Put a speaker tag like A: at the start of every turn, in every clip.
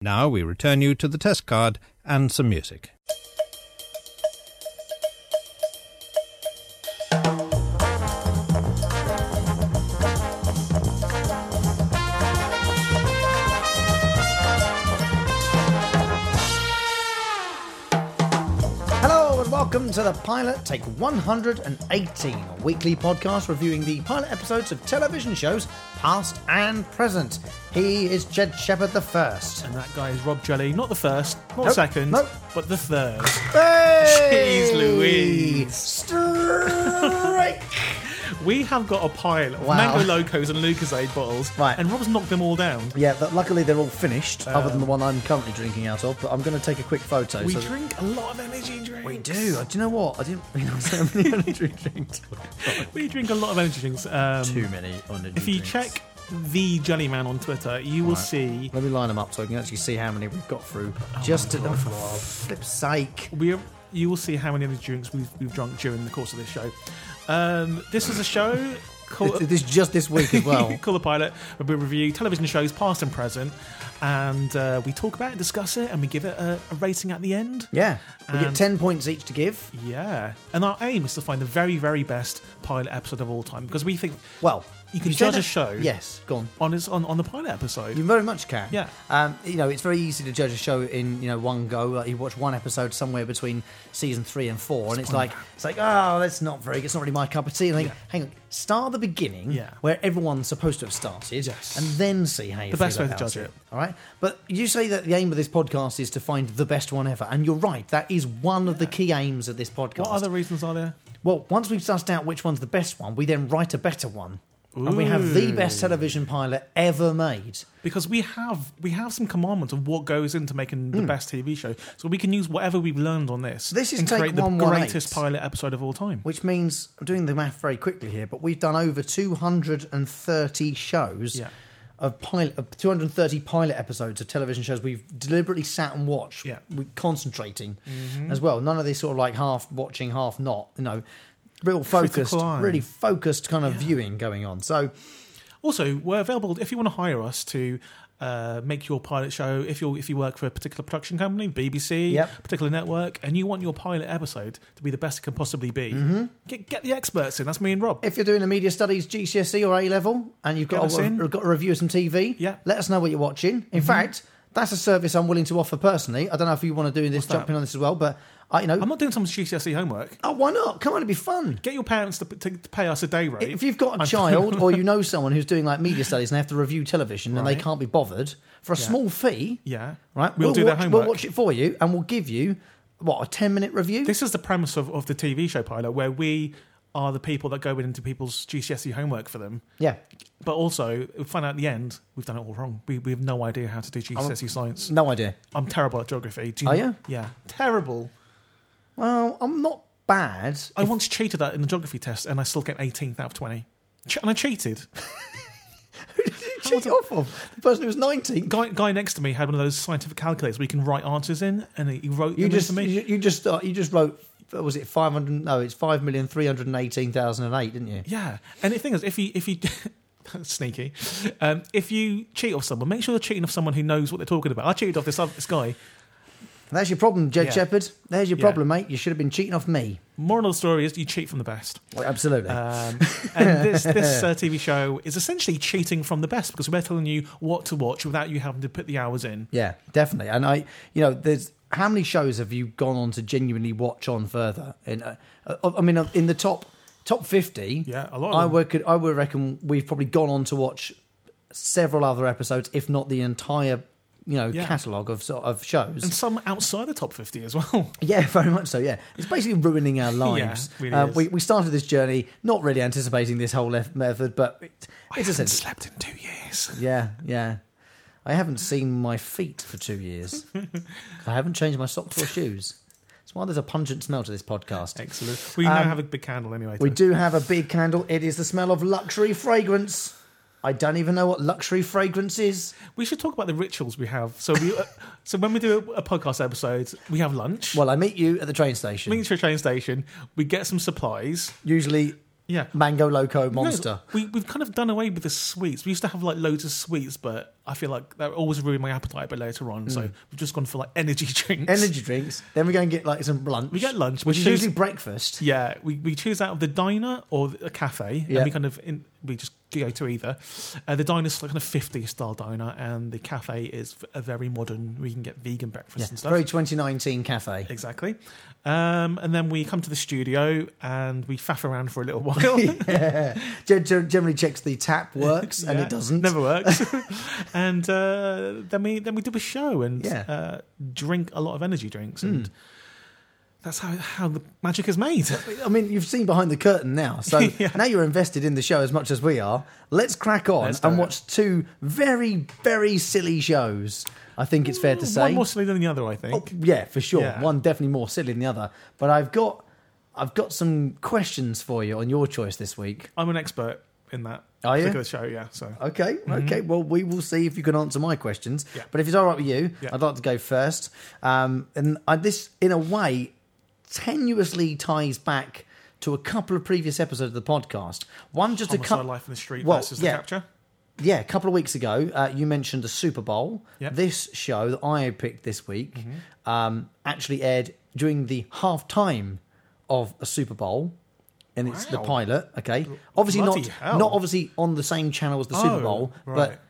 A: Now we return you to the test card and some music.
B: Hello and welcome to the Pilot Take 118, a weekly podcast reviewing the pilot episodes of television shows, past and present. He is Jed Shepherd the First.
C: And that guy is Rob Jelly, not the first, not
B: Nope,
C: the second,
B: nope.
C: but the third.
B: Hey!
C: Jeez Louise.
B: Strike!
C: We have got a pile of
B: Wow.
C: Mango Locos and Lucasade bottles,
B: Right.
C: and Rob's knocked them all down.
B: yeah, but luckily they're all finished, other than the one I'm currently drinking out of. But I'm going to take a quick photo.
C: Um, We
B: so that-
C: drink a lot of energy drinks.
B: We do. Do you know what? I didn't realise how many energy drinks.
C: We drink a lot of energy drinks. Um,
B: Too many energy
C: if you
B: drinks.
C: check the Jellyman on Twitter, you will see
B: Let me line them up so I can actually see how many we've got through. Just to oh, for flip's sake.
C: we are, you will see how many energy drinks we've, we've drunk during the course of this show. Um, this is a show called
B: This just this week as well.
C: Call the Pilot, where we review television shows past and present, and uh, we talk about it, discuss it, and we give it a, a rating at the end.
B: yeah, we get
C: And-
B: ten points each to give.
C: Yeah. And our aim is to find the very, very best pilot episode of all time because we think
B: Well,
C: you can
B: say
C: judge
B: that-
C: a show
B: Yes, go on.
C: on, his, on on the pilot episode.
B: You very much can.
C: Yeah.
B: Um, you know, it's very easy to judge a show in you know one go. Like you watch one episode somewhere between season three and four, and it's like it's like oh, that's not very. good. It's not really my cup of tea. And like, hang on, start at the beginning,
C: Yeah.
B: where everyone's supposed to have started,
C: Yes.
B: and then see how you
C: The
B: feel
C: best way to
B: about
C: judge it.
B: All right, but you say that the aim of this podcast is to find the best one ever, and you're right. That is one of the key aims of this podcast.
C: what other reasons are there?
B: Well, once we've sussed out which one's the best one, we then write a better one. And we have the best television pilot ever made.
C: Because we have we have some commandments of what goes into making the best TV show, so we can use whatever we've learned on this.
B: Hmm. This is
C: and
B: take
C: create the
B: 118.
C: greatest pilot episode of all time.
B: Which means, I'm doing the math very quickly here, but we've done over 230 shows
C: Yeah.
B: of pilot, of 230 pilot episodes of television shows we've deliberately sat and watched,
C: Yeah. Mm-hmm.
B: we concentrating as well. None of this sort of like half watching, half not, you know, real focused,
C: Critical eye.
B: really focused kind of viewing going on. So,
C: Also, we're available if you want to hire us to uh, make your pilot show. If you are if you work for a particular production company, BBC,
B: Yep.
C: particular network, and you want your pilot episode to be the best it can possibly be,
B: Mm-hmm.
C: get, get the experts in. That's me and Rob.
B: if you're doing a media studies GCSE E or A level and you've
C: Get
B: got
C: us
B: a,
C: in.
B: got a review of some TV,
C: Yeah. Mm-hmm.
B: let us know what you're watching. In fact, that's a service I'm willing to offer personally. I don't know if you want to do this, jump in on this as well, but I, you know,
C: I'm not doing someone's GCSE E homework.
B: oh, why not? Come on, it'd be fun.
C: Get your parents to, to, to pay us a day rate.
B: If you've got a
C: I'm-
B: child or you know someone who's doing like media studies and they have to review television and they
C: Right.
B: can't be bothered for a small fee,
C: yeah,
B: right?
C: we'll, do
B: watch,
C: their homework.
B: We'll watch it for you and we'll give you what a ten minute review.
C: This is the premise of, of the TV show pilot, where we are the people that go into people's GCSE E homework for them.
B: yeah,
C: But also, we find out at the end we've done it all wrong. We, we have no idea how to do GCSE E science.
B: no idea.
C: I'm terrible at geography. Do you
B: Are
C: know-
B: you?
C: Yeah, terrible.
B: Well, I'm not bad.
C: I once cheated that in the geography test, and I still get 18th out of 20. Ch- and I cheated.
B: Cheat off of the person who was 19.
C: Guy, guy next to me had one of those scientific calculators where you can write answers in, and he wrote
B: You
C: them
B: just
C: into me.
B: you, you just uh, you just wrote what was it five hundred? No, it's five million three hundred eighteen thousand and eight, didn't you?
C: Yeah, and the thing is, if you if you that's sneaky, um, if you cheat off someone, make sure you're cheating off someone who knows what they're talking about. I cheated off this other, this guy.
B: That's your problem, Jed
C: Yeah.
B: Shepherd. There's your
C: Yeah.
B: problem, mate. You should have been cheating off me.
C: Moral of the story is you cheat from the best.
B: Well, absolutely.
C: Um, and this this uh, TV show is essentially cheating from the best because we're telling you what to watch without you having to put the hours in.
B: yeah, definitely. And I, you know, there's how many shows have you gone on to genuinely watch on further? In, uh, uh, I mean, uh, in the top top fifty,
C: Yeah, a lot of
B: I
C: them.
B: would I would reckon we've probably gone on to watch several other episodes, if not the entire, you know,
C: Yeah.
B: catalogue of sort of shows.
C: and some outside the top 50 as well.
B: Yeah, very much so. Yeah, it's basically ruining our lives.
C: really
B: uh,
C: is.
B: we we started this journey not really anticipating this whole left method, but it, it's essential.
C: slept in two years.
B: Yeah, yeah. I haven't seen my feet for two years. I haven't changed my socks or shoes. That's why there's a pungent smell to this podcast.
C: Excellent. We now have a big candle anyway.
B: Um, We
C: to-
B: do have a big candle. It is the smell of luxury fragrance. I don't even know what luxury fragrance is.
C: We should talk about the rituals we have. So we, uh, so when we do a, a podcast episode, we have lunch.
B: Well, I meet you at the train station.
C: Meet to a train station. We get some supplies.
B: Usually,
C: Yeah.
B: mango loco
C: No,
B: monster.
C: we, we've kind of done away with the sweets. We used to have like loads of sweets, but I feel like that always ruin my appetite. But later on, so we've just gone for like energy drinks.
B: Mm. Energy drinks. Then we go and get like some lunch.
C: We get lunch,
B: which
C: we
B: is
C: choose-
B: usually breakfast.
C: Yeah, we, we choose out of the diner or a cafe,
B: Yeah.
C: and we kind of in, we just go to either. Uh, the diner's like kind of 50s style diner, and the cafe is v- a very modern. We can get vegan breakfast
B: Yeah,
C: and stuff.
B: very 2019 cafe.
C: Exactly. Um, and then we come to the studio and we faff around for a little while.
B: Gen- gen- Generally checks the tap works and
C: Yeah,
B: it doesn't.
C: Never works. and uh, then we then we do a show and
B: Yeah. Mm.
C: uh, drink a lot of energy drinks, and that's how how the magic is made.
B: I mean, you've seen behind the curtain now, so
C: Yeah.
B: now you're invested in the show as much as we are. Let's crack on
C: Let's do
B: and
C: it.
B: watch two very, very silly shows. I think it's fair to say.
C: Mm, One more silly than the other, I think.
B: Oh, yeah, for sure.
C: Yeah.
B: One definitely more silly than the other. But I've got, I've got some questions for you on your choice this week.
C: I'm an expert in that.
B: Are you? Uh,
C: particular show, yeah. So
B: Okay, okay. Well, we will see if you can answer my questions.
C: Mm-hmm. Yeah.
B: But if it's all right with you,
C: Yeah.
B: I'd like to go first. Um, and I, this, in a way, tenuously ties back to a couple of previous episodes of the podcast. One just a
C: homicide
B: couple.
C: life in the street
B: Well,
C: versus
B: yeah.
C: the capture.
B: Yeah, a couple of weeks ago, uh, you mentioned the Super Bowl.
C: Yep. Mm-hmm.
B: This show that I picked this week um, actually aired during the halftime of a Super Bowl, and it's the
C: Wow.
B: pilot. Okay, obviously
C: bloody
B: not
C: hell.
B: not obviously on the same channel as the Super
C: Oh,
B: Bowl,
C: right.
B: but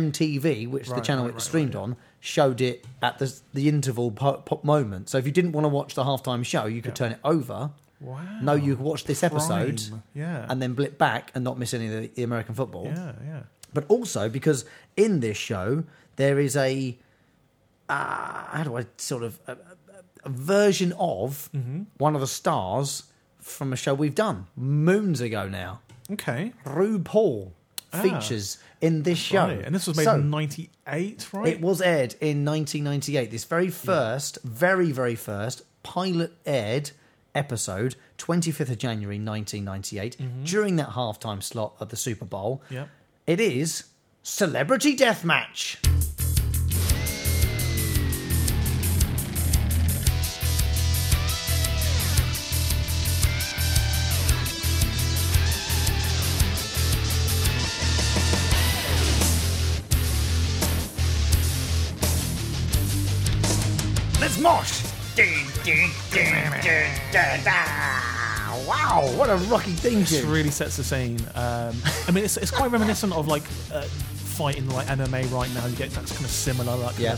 B: MTV, which is the
C: Right,
B: channel
C: right,
B: it
C: right,
B: streamed on, showed it at the the interval po- po- moment. So if you didn't want to watch the halftime show, you could turn it over.
C: Wow.
B: No, you could watch this episode.
C: Prime. Yeah.
B: And then blip back and not miss any of the, the American football
C: yeah, yeah.
B: but also because in this show there is a uh, how do I sort of a, a- a version of
C: Mm-hmm.
B: one of the stars from a show we've done moons ago now.
C: Okay.
B: RuPaul
C: Ah.
B: features in this show,
C: Right. And this was made
B: So,
C: in '98, right?
B: it was aired in 1998. This very first, very very first pilot aired episode, 25th of January 1998,
C: Mm-hmm.
B: during that halftime slot of the Super Bowl.
C: Yep.
B: It is Celebrity Deathmatch. Let's mosh! Wow, what a rocky thing,
C: This
B: tune.
C: really sets the scene. Um, I mean, it's, it's quite reminiscent of like uh, fighting like MMA right now. You get that's kind of similar, like
B: Yeah,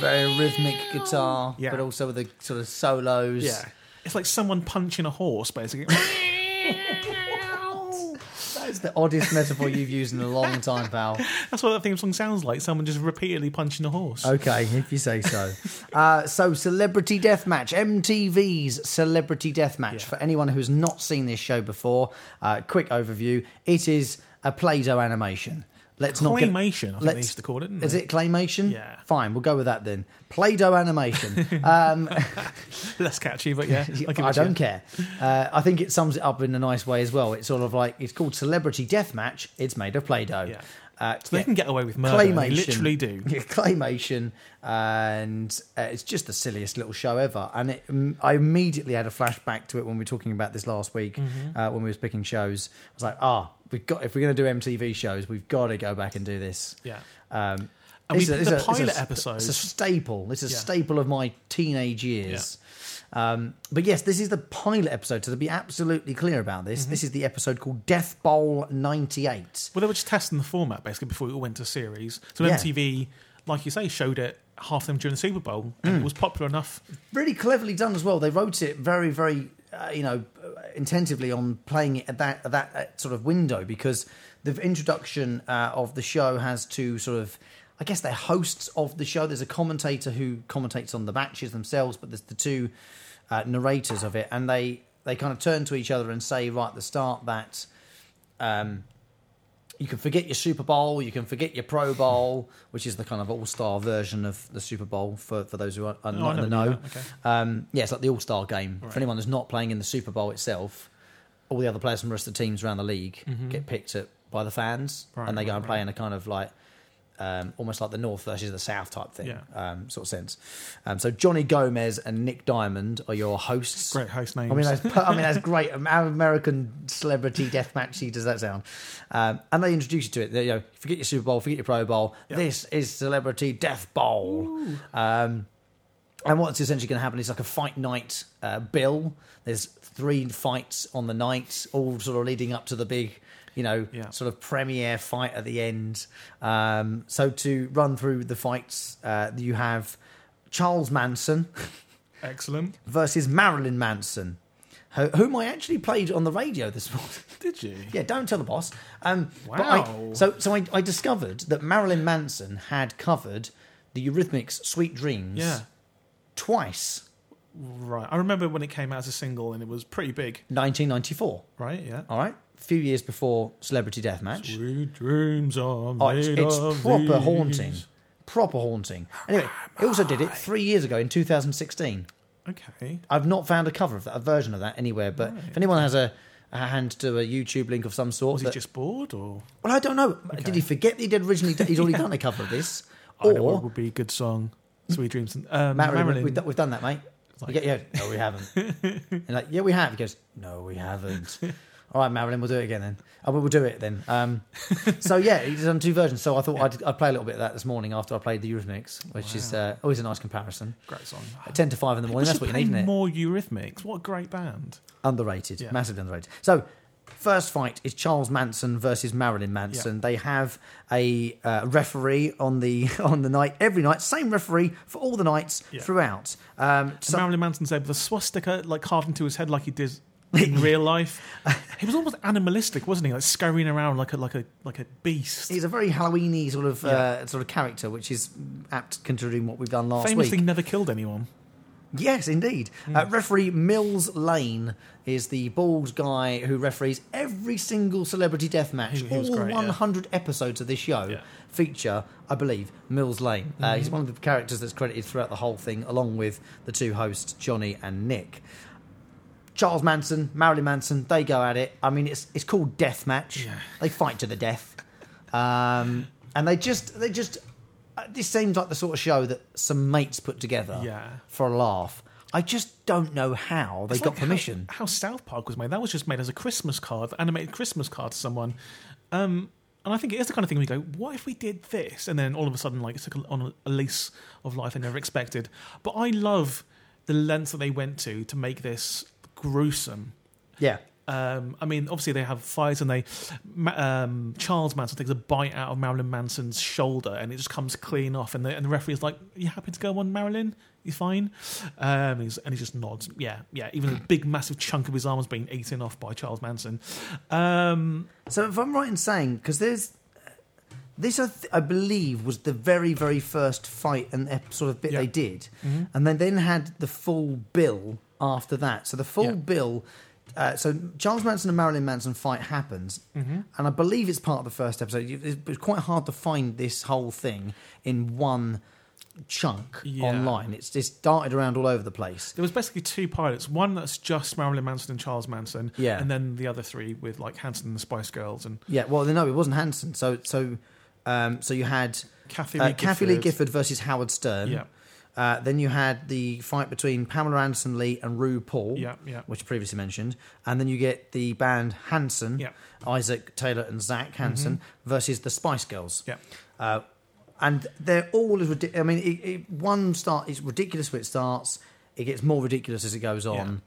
B: very rhythmic guitar,
C: Yeah.
B: but also with the sort of solos.
C: yeah. It's like someone punching a horse, basically.
B: That's the oddest metaphor you've used in a long time, pal.
C: That's what that theme song sounds like. Someone just repeatedly punching a horse.
B: Okay, if you say so. Uh, so, Celebrity Deathmatch, MTV's Celebrity Deathmatch. For anyone who's not seen this show before, uh, quick overview it is a Play Doh animation. Let's not get.
C: Claymation, I think they
B: let's-
C: used to call it. Didn't
B: Is
C: they?
B: it claymation?
C: Yeah.
B: Fine, we'll go with that then. Play Doh animation. um,
C: Less catchy, but yeah. I'll give
B: I
C: it to you.
B: don't care. Uh, I think it sums it up in a nice way as well. It's sort of like it's called Celebrity Deathmatch, it's made of Play Doh.
C: Yeah.
B: Uh,
C: So
B: yeah.
C: they can get away with murder.
B: claymation.
C: They literally do.
B: Yeah, claymation, and uh, it's just the silliest little show ever. And it, mm, I immediately had a flashback to it when we were talking about this last week
C: Mm-hmm.
B: uh, when we was picking shows. I was like, ah, we've got if we're going to do MTV shows, we've got to go back and do this.
C: Yeah.
B: Um,
C: And we
B: it's a-
C: did
B: it's
C: the
B: a- it's a
C: pilot
B: st-
C: episode.
B: It's a staple. It's a
C: Yeah.
B: staple of my teenage years. Um, but yes, this is the pilot episode. So to be absolutely clear about
C: Mm-hmm.
B: this, this is the episode called Death Bowl '98.
C: Well, they were just testing the format basically before it all went to series. So
B: Yeah.
C: MTV, like you say, showed it half them during the Super Bowl, and
B: Hmm.
C: it was popular enough.
B: really cleverly done as well. They wrote it very, very, uh, you know, uh, intensively on playing it at that at that uh, sort of window because the introduction uh, of the show has to sort of. I guess they're hosts of the show. There's a commentator who commentates on the matches themselves, but there's the two uh, narrators of it, and they they kind of turn to each other and say right at the start that um, you can forget your Super Bowl, you can forget your Pro Bowl, which is the kind of all star version of the Super Bowl for, for those who are, are
C: Oh,
B: not in
C: I
B: the
C: know,
B: know.
C: yeah, okay.
B: um, yeah, it's like the all star game. For anyone that's not playing in the Super Bowl itself, all the other players from the rest of the teams around the league get picked up by the fans
C: Mm-hmm. Right,
B: and they go
C: right,
B: and play in a kind of like um, almost like the North versus the South type thing,
C: Yeah.
B: um, sort of sense. Um, so Johnny Gomez and Nick Diamond are your hosts.
C: Great host names.
B: I mean, that's, per- I mean, that's great. Um, How American celebrity death matchy does that sound? Um, and they introduce you to it. They, you know, forget your Super Bowl, forget your Pro Bowl. This is Celebrity Death Bowl. Um, and what's essentially going to happen is like a fight night uh, bill. There's three fights on the night, all sort of leading up to the big, you know,
C: Yeah.
B: sort of premiere fight at the end. Um, so to run through the fights, uh, you have Charles Manson
C: Excellent.
B: versus Marilyn Manson, who- whom I actually played on the radio this morning.
C: Did you?
B: yeah, don't tell the boss. Um, but I-
C: Wow.
B: so so I, I discovered that Marilyn Manson had covered the Eurythmics' "Sweet Dreams"
C: Yeah.
B: twice,
C: Right. I remember when it came out as a single and it was pretty big.
B: 1994.
C: Right. Yeah.
B: All right, a few years before Celebrity Deathmatch.
C: Sweet dreams are
B: Oh, it's,
C: made
B: it's
C: of
B: proper
C: these.
B: haunting. Proper haunting. Anyway, it also did it three years ago in 2016.
C: Okay.
B: I've not found a cover of that, a version of that anywhere. But if anyone has a, a hand to a YouTube link of some sort,
C: Was he
B: that-
C: just bored or?
B: Well, I don't know. Did he forget that he'd originally done, he'd already done a cover of this,
C: I know what
B: or
C: would be a good song. Sweet dreams. And, um,
B: Marilyn?
C: Marilyn.
B: We've, done- we've done that, mate.
C: like-
B: You get- yeah, no, we haven't. and like, yeah, we have. He goes, no, we haven't. All right, Marilyn, we'll do it again then. Oh, we'll do it then. Um, so yeah, he's done two versions. So I thought I'd, I'd play a little bit of that this morning after I played the Eurythmics, which is uh, always a nice comparison.
C: Great song.
B: At Ten to five in the morning.
C: We
B: That's
C: should
B: what you
C: play
B: need, isn't it?
C: More Eurythmics. What a great band.
B: Underrated,
C: Yeah.
B: massively underrated. So, first fight is Charles Manson versus Marilyn Manson. They have a uh, referee on the on the night every night, same referee for all the nights
C: Yeah.
B: throughout. Um, so,
C: Marilyn Manson's there with a swastika like carved into his head like he did in real life. He was almost animalistic, wasn't he? Like scurrying around like a like a like a beast.
B: he's a very Halloweeny sort of uh, sort of character, which is apt considering what we've done last week.
C: Famously never killed anyone.
B: Yes, indeed. Uh, referee Mills Lane is the bald guy who referees every single celebrity death match.
C: He- he was
B: All
C: great, yeah.
B: 100 episodes of this show
C: Yeah. Mm-hmm.
B: feature, I believe, Mills Lane. Uh, he's one of the characters that's credited throughout the whole thing, along with the two hosts, Johnny and Nick. Charles Manson, Marilyn Manson, they go at it. I mean, it's it's called death match.
C: Yeah.
B: They fight to the death, um, and they just they just. uh, This seems like the sort of show that some mates put together
C: Yeah.
B: for a laugh. I just don't know how they
C: It's
B: got
C: like how-
B: permission.
C: How, South Park was made. That was just made as a Christmas card, an animated Christmas card to someone. Um, and I think it is the kind of thing we go, what if we did this? And then all of a sudden, like, it's took on a- a lease of life they never expected. But I love the lengths that they went to to make this gruesome.
B: Yeah,
C: Um, I mean, obviously they have fights, and they Ma- um, Charles Manson takes a bite out of Marilyn Manson's shoulder, and it just comes clean off. And the and the referee is like, "You happy to go on, Marilyn? You fine?" Um, and, he's, and he just nods. Yeah, yeah. Even a big, massive chunk of his arm has been eaten off by Charles Manson. Um,
B: So if I'm right in saying, because there's this, I, th- I believe, was the very, very first fight and ep- sort of bit
C: Yeah.
B: they did, and they then had the full bill after that. So the full
C: Yeah.
B: bill. Uh, so Charles Manson and Marilyn Manson fight happens, and I believe it's part of the first episode. You- It was quite hard to find this whole thing in one chunk
C: Yeah.
B: online. It's it's darted around all over the place.
C: there was basically two pilots: one that's just Marilyn Manson and Charles Manson,
B: Yeah.
C: and then the other three with like Hanson and the Spice Girls and
B: Yeah, well, no, it wasn't Hanson. So so um, so you had
C: Kathy Lee
B: uh, Kathy Lee
C: Gifford.
B: Gifford versus Howard Stern.
C: Yeah,
B: Uh, then you had the fight between Pamela Anderson Lee and Rue Paul,
C: yeah, yeah.
B: which previously mentioned. And then you get the band Hanson,
C: Yeah. Mm-hmm.
B: Isaac Taylor and Zach Hanson versus the Spice Girls.
C: Yeah.
B: Uh, and they're all as ridiculous. I mean, it, it, one start is ridiculous when it starts. It gets more ridiculous as it goes on,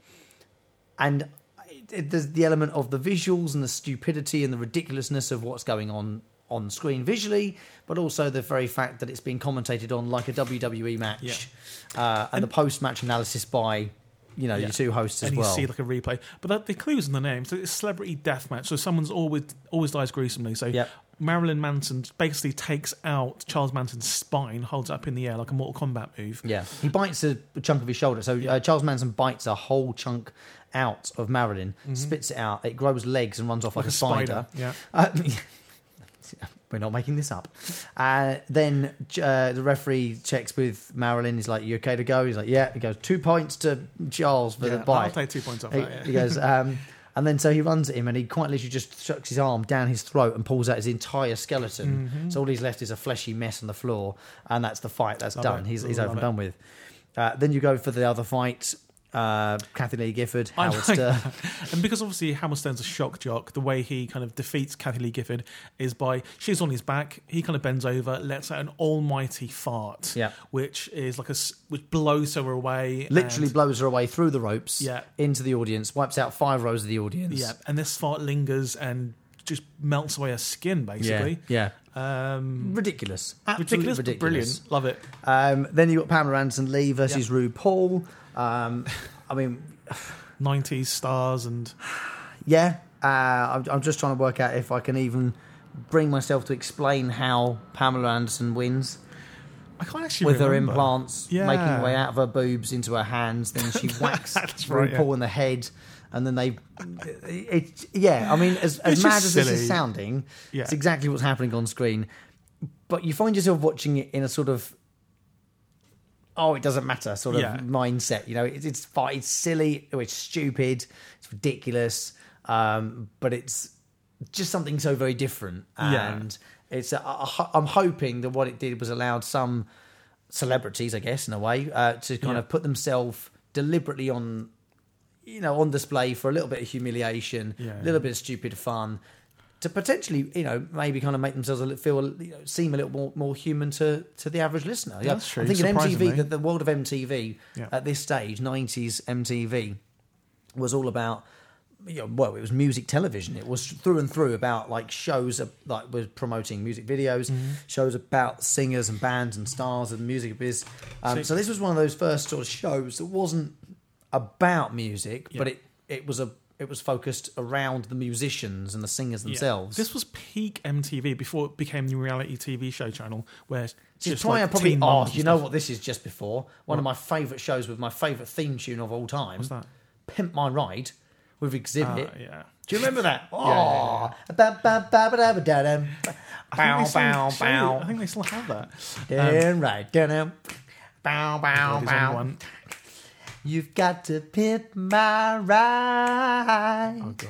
B: and it, it, there's the element of the visuals and the stupidity and the ridiculousness of what's going on on screen visually, but also the very fact that it's being commentated on like a WWE match, uh, and, the post-match analysis by you know
C: Yeah.
B: your two hosts as
C: and
B: well.
C: you see like a replay. But that, the clue's in the name. So it's celebrity deathmatch. So someone's always always dies gruesomely. So
B: Yep.
C: Marilyn Manson basically takes out Charles Manson's spine, holds it up in the air like a Mortal Kombat move.
B: Yeah, he bites a chunk of his shoulder. So uh, Charles Manson bites a whole chunk out of Marilyn, spits it out. It grows legs and runs off Mm-hmm. like, a, spider.
C: Yeah.
B: Uh, we're not making this up. Uh, then uh, the referee checks with Marilyn. He's like, "You okay to go?" He's like, "Yeah." He goes, two points to Charles for
C: Yeah,
B: the
C: I'll
B: bite."
C: take two points off
B: He,
C: that.
B: he
C: Yeah.
B: goes, um, And then so he runs at him and he quite literally just chucks his arm down his throat and pulls out his entire skeleton.
C: Mm-hmm.
B: So all he's left is a fleshy mess on the floor. And that's the fight. That's
C: Love
B: done.
C: it.
B: He's, he's
C: Love
B: over and
C: it.
B: done with. Uh, then you go for the other fight. Uh, Kathy Lee Gifford,
C: I
B: Howard Stern.
C: like that. And because obviously Hammerstone's a shock jock, the way he kind of defeats Kathy Lee Gifford is by she's on his back. He kind of bends over, lets out an almighty fart,
B: Yeah.
C: which is like a s- which blows her away,
B: Literally
C: and-
B: blows her away through the ropes
C: Yeah.
B: into the audience, wipes out five rows of the audience.
C: yeah. And this fart lingers and just melts away her skin, basically.
B: Yeah.
C: Um,
B: Ridiculous. Absolutely
C: ridiculous,
B: ridiculous.
C: but brilliant. Love it.
B: Um, then you got Pamela Anderson Lee versus Rue Paul. Um, I mean,
C: Nineties stars and
B: yeah, uh, I'm, I'm just trying to work out if I can even bring myself to explain how Pamela Anderson wins
C: I can't actually
B: with her
C: remember.
B: implants
C: Yeah.
B: making her way out of her boobs into her hands. Then she whacks
C: That's
B: Rue
C: right, yeah.
B: Paul in the head. And then they, it, yeah. I mean, as, as
C: It's
B: mad
C: just
B: as this
C: silly.
B: is sounding,
C: Yeah.
B: it's exactly what's happening on screen. But you find yourself watching it in a sort of oh, it doesn't matter sort of
C: Yeah.
B: mindset. You know, it's it's fi- it's silly, oh, it's stupid, it's ridiculous, um, but it's just something so very different.
C: Yeah.
B: And it's i I ho- I'm hoping that what it did was allowed some celebrities, I guess, in a way, uh, to kind
C: Yeah.
B: of put themselves deliberately on. You know, on display for a little bit of humiliation, a
C: Yeah.
B: little bit of stupid fun, to potentially, you know, maybe kind of make themselves a little feel, you know, seem a little more, more human to to the average listener. Yeah,
C: That's true,
B: I think in
C: surprisingly.
B: MTV, the, the world of MTV
C: Yeah.
B: at this stage, 90s MTV, was all about, you know, well, it was music television. It was through and through about like shows of- like was promoting music videos,
C: Mm-hmm.
B: shows about singers and bands and stars and music biz. Um,
C: So-
B: so this was one of those first sort of shows that wasn't about music, but
C: Yeah.
B: it it was a it was focused around the musicians and the singers
C: Yeah.
B: themselves.
C: This was peak MTV before it became the reality TV show channel where it's
B: She's
C: just
B: trying
C: like
B: to probably.
C: teen
B: Oh,
C: mums and
B: you know
C: stuff.
B: what this is just before? One of my favourite shows with my favourite theme tune of all time.
C: What's that?
B: Pimp My Ride with Exhibit.
C: Uh, yeah.
B: Do you remember that? Oh,
C: yeah,
B: ba- ba- ba- ba- da- ba- da- dum.
C: I
B: bow,
C: think they
B: bow,
C: still- I
B: bow,
C: think they still have that.
B: Yeah, right, da- dum. bow, bow,
C: There's only
B: bow.
C: one.
B: You've got to pimp my ride.
C: Oh god.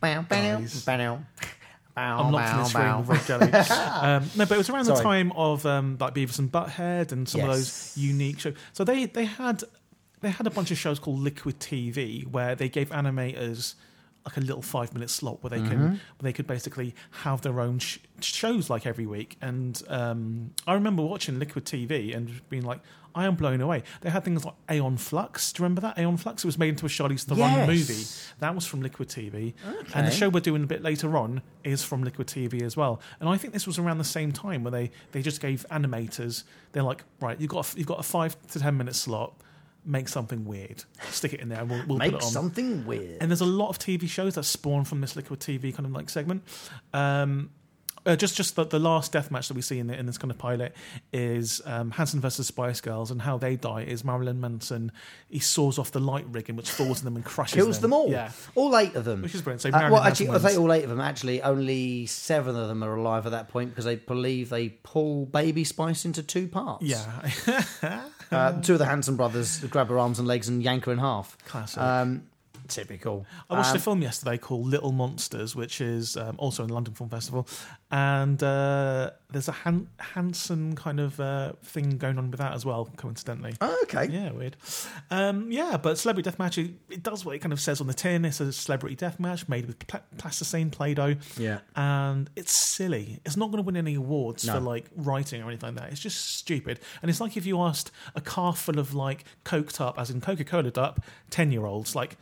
B: Bow, bow,
C: guys.
B: bow, bow,
C: I'm locked in
B: bow,
C: this
B: bow.
C: room with red jelly. um, no, but it was around the
B: Sorry.
C: time of um, like Beavis and Butthead and some of
B: Yes.
C: those unique shows. So they they had they had a bunch of shows called Liquid TV where they gave animators like a little five minute slot where they
B: Mm-hmm.
C: can where they could basically have their own sh- shows like every week. And um, I remember watching Liquid TV and being like. I am blown away. They had things like Aeon Flux. Do you remember that? Aeon Flux? It was made into a Charlize Theron
B: Yes.
C: movie. That was from Liquid TV. And
B: Okay.
C: the show we're doing a bit later on is from Liquid TV as well. And I think this was around the same time where they, they just gave animators, they're like, right, you've got a, you've got a five to 10 minute slot, make something weird, stick it in there, and we'll, we'll put
B: Make
C: it on.
B: something weird.
C: and there's a lot of TV shows that spawn from this Liquid TV kind of like segment. Um, uh, just just the, the last death match that we see in, the, in this kind of pilot is um, Hanson versus Spice Girls, and how they die is Marilyn Manson. He saws off the light rigging, which falls on them and crushes
B: kills them all.
C: Yeah.
B: All eight of them.
C: Which is brilliant. So
B: Uh,
C: Marilyn
B: well,
C: Manson
B: actually, I say
C: wins.
B: all eight of them. Actually, only seven of them are alive at that point because they believe they pull Baby Spice into two parts.
C: Yeah,
B: Uh, two of the Hanson brothers grab her arms and legs and yank her in half.
C: classic.
B: Um, typical.
C: I watched
B: Um,
C: a film yesterday called Little Monsters, which is um, also in the London Film Festival, and uh, there's a Han- Hanson kind of uh, thing going on with that as well, coincidentally.
B: oh, okay.
C: Yeah, weird. Um, yeah, but Celebrity Deathmatch, it, it does what it kind of says on the tin. It's a celebrity deathmatch made with pla- plasticine, Play Doh,
B: Yeah.
C: and it's silly. It's not going to win any awards
B: No.
C: for like writing or anything like that. It's just stupid. And it's like if you asked a car full of like coked up, as in Coca Cola up, 10 year olds, like,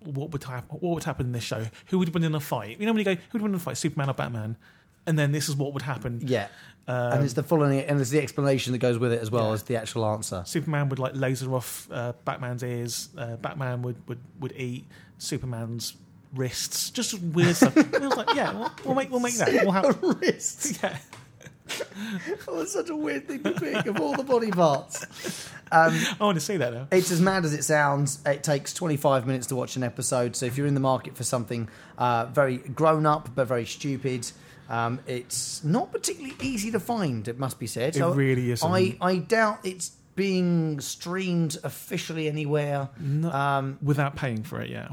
C: what would, hap- what would happen in this show? Who would win in a fight? You know, when you go, who would win in a fight, Superman or Batman? And then this is what would happen.
B: Yeah.
C: Um,
B: and it's the following, and it's the explanation that goes with it as well as the actual answer.
C: Superman would like laser off uh, Batman's ears. Uh, Batman would, would would eat Superman's wrists. Just weird stuff. it was like, yeah, we'll, we'll make we'll make that. We'll have
B: wrist.
C: yeah.
B: Oh, that's such a weird thing to pick of all the body parts. Um,
C: I want to see that now.
B: It's as mad as it sounds. It takes 25 minutes to watch an episode. So if you're in the market for something uh, very grown up but very stupid, um, it's not particularly easy to find, it must be said.
C: It really isn't.
B: I, I doubt it's being streamed officially anywhere.
C: No-
B: Um,
C: Without paying for it, yeah.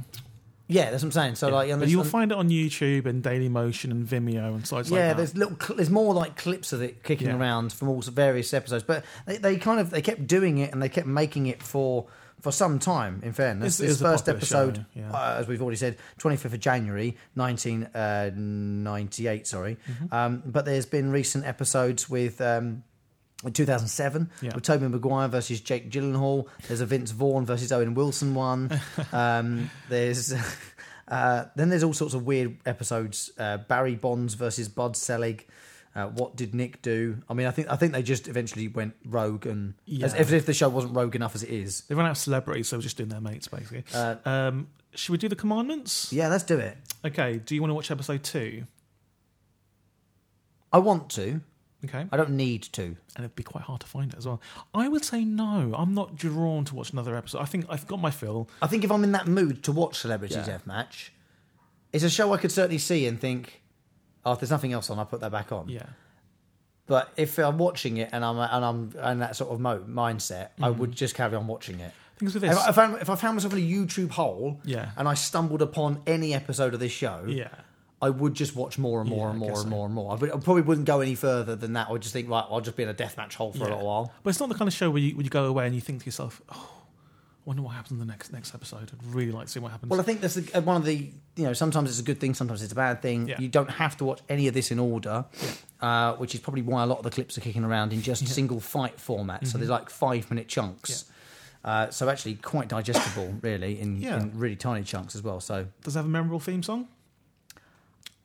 B: Yeah, that's what I'm saying. So like, and
C: But
B: there's-
C: you'll
B: and-
C: find it on YouTube and Daily Motion and Vimeo and sites
B: yeah,
C: like that.
B: there's little, cl- there's more like clips of it kicking
C: Yeah.
B: around from all s- various episodes, but they, they kind of they kept doing it and they kept making it for for some time. In fairness,
C: It's-
B: this
C: it's a
B: first
C: popular
B: episode,
C: show, yeah.
B: uh, as we've already said, 25th of January 1998. Sorry,
C: Mm-hmm.
B: um, but there's been recent episodes with. Um, in 2007,
C: Yeah.
B: with Toby Maguire versus Jake Gyllenhaal. There's a Vince Vaughn versus Owen Wilson one. um, there's uh, then there's all sorts of weird episodes. Uh, Barry Bonds versus Bud Selig. Uh, what did Nick do? I mean, I think I think they just eventually went rogue, and as,
C: Yeah.
B: if, if the show wasn't rogue enough as it is,
C: They run out of celebrities, so they're just doing their mates basically.
B: Uh,
C: um, should we do the commandments?
B: yeah, let's do it.
C: Okay. Do you want to watch episode two?
B: I want to.
C: Okay.
B: I don't need to.
C: and it'd be quite hard to find it as well. I would say no. I'm not drawn to watch another episode. I think I've got my fill.
B: I think if I'm in that mood to watch Celebrity
C: Yeah.
B: Deathmatch, it's a show I could certainly see and think, "Oh, if there's nothing else on, I'll put that back on."
C: Yeah.
B: But if I'm watching it and I'm and I'm in that sort of mo- mindset, I
C: Mm.
B: would just carry on watching it.
C: Things with
B: If
C: this.
B: I, found, if I found myself in a YouTube hole,
C: Yeah.
B: and I stumbled upon any episode of this show,
C: yeah.
B: I would just watch more and more
C: Yeah,
B: and
C: I
B: more and
C: guess so.
B: more and more. I, would, I probably wouldn't go any further than that. I would just think, right, I'll just be in a deathmatch hole for a
C: yeah.
B: little while.
C: But it's not the kind of show where you, where you go away and you think to yourself, oh, I wonder what happens in the next next episode. I'd really like to see what happens.
B: Well, I think that's the, uh, one of the you know sometimes it's a good thing, sometimes it's a bad thing.
C: Yeah.
B: You don't have to watch any of this in order, uh, which is probably why a lot of the clips are kicking around in just single fight format. So there's like five minute chunks. Uh, so actually, quite digestible, really, in,
C: Yeah.
B: in really tiny chunks as well. So,
C: Does it have a memorable theme song?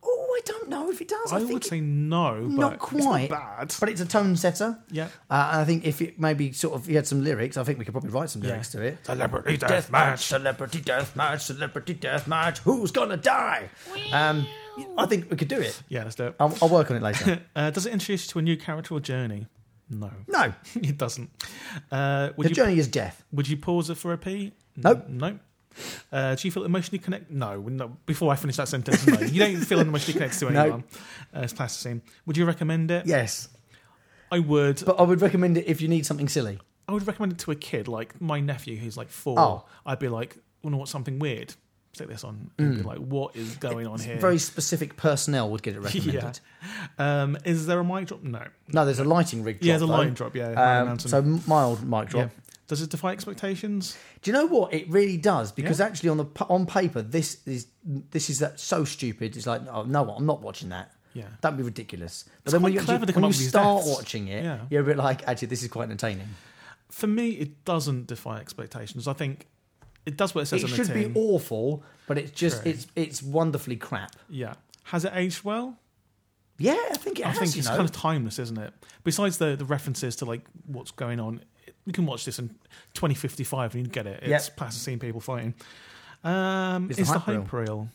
B: oh, I don't know if it does. I,
C: I,
B: think
C: would
B: it-
C: say no, but
B: not quite,
C: It's not bad.
B: but it's a tone setter.
C: yeah.
B: Uh, and I think if it maybe sort of you had some lyrics, I think we could probably write some
C: Yeah.
B: lyrics to it.
C: Celebrity
B: Death match, celebrity death match, celebrity death match. Who's gonna die? Um, I think we could do it.
C: Yeah, let's do it.
B: I'll, I'll work on it later.
C: Uh, does it introduce you to a new character or journey? No,
B: no,
C: it doesn't. Uh, would
B: the
C: you
B: journey is death.
C: Would you pause it for a pee?
B: Nope.
C: No. Uh, do you feel emotionally connected? No, no. Before I finish that sentence, no. You don't feel emotionally connected to
B: No.
C: anyone. Uh, it's classic scene. Would you recommend it?
B: Yes,
C: I would.
B: but I would recommend it if you need something silly.
C: I would recommend it to a kid, like my nephew who's like four.
B: Oh.
C: I'd be like, want to watch something weird? Stick this on. And be like, what is going on here?
B: Mm. Very specific personnel would get it recommended.
C: yeah. Um, is there a mic drop? No.
B: No, there's a lighting rig. Drop,
C: yeah, there's a
B: though.
C: line drop. Yeah. Iron
B: Um,
C: Mountain.
B: so mild mic drop.
C: yeah. Does it defy expectations?
B: Do you know what it really does? Because actually, on the pa- on paper, this is this is that so stupid. It's like, oh, no, I'm not watching that.
C: Yeah.
B: That'd be ridiculous. But
C: It's
B: then when
C: quite
B: you,
C: clever
B: actually-
C: to come
B: when
C: up
B: you
C: with these
B: start
C: deaths.
B: watching it,
C: Yeah.
B: you're a bit like, actually, this is quite entertaining.
C: For me, it doesn't defy expectations. I think it does what it says
B: it
C: on
B: should
C: the
B: be
C: tin.
B: awful, but it's just
C: True.
B: it's it's wonderfully crap.
C: Yeah. Has it aged well?
B: Yeah, I think it
C: I
B: has.
C: think
B: you
C: it's
B: know.
C: kind of timeless, isn't it? Besides the, the references to like what's going on, it- you can watch this in 2055 and you get it. It's
B: Yep.
C: past seeing people fighting. Um,
B: It's
C: it's,
B: the
C: the
B: hype reel.
C: hype reel.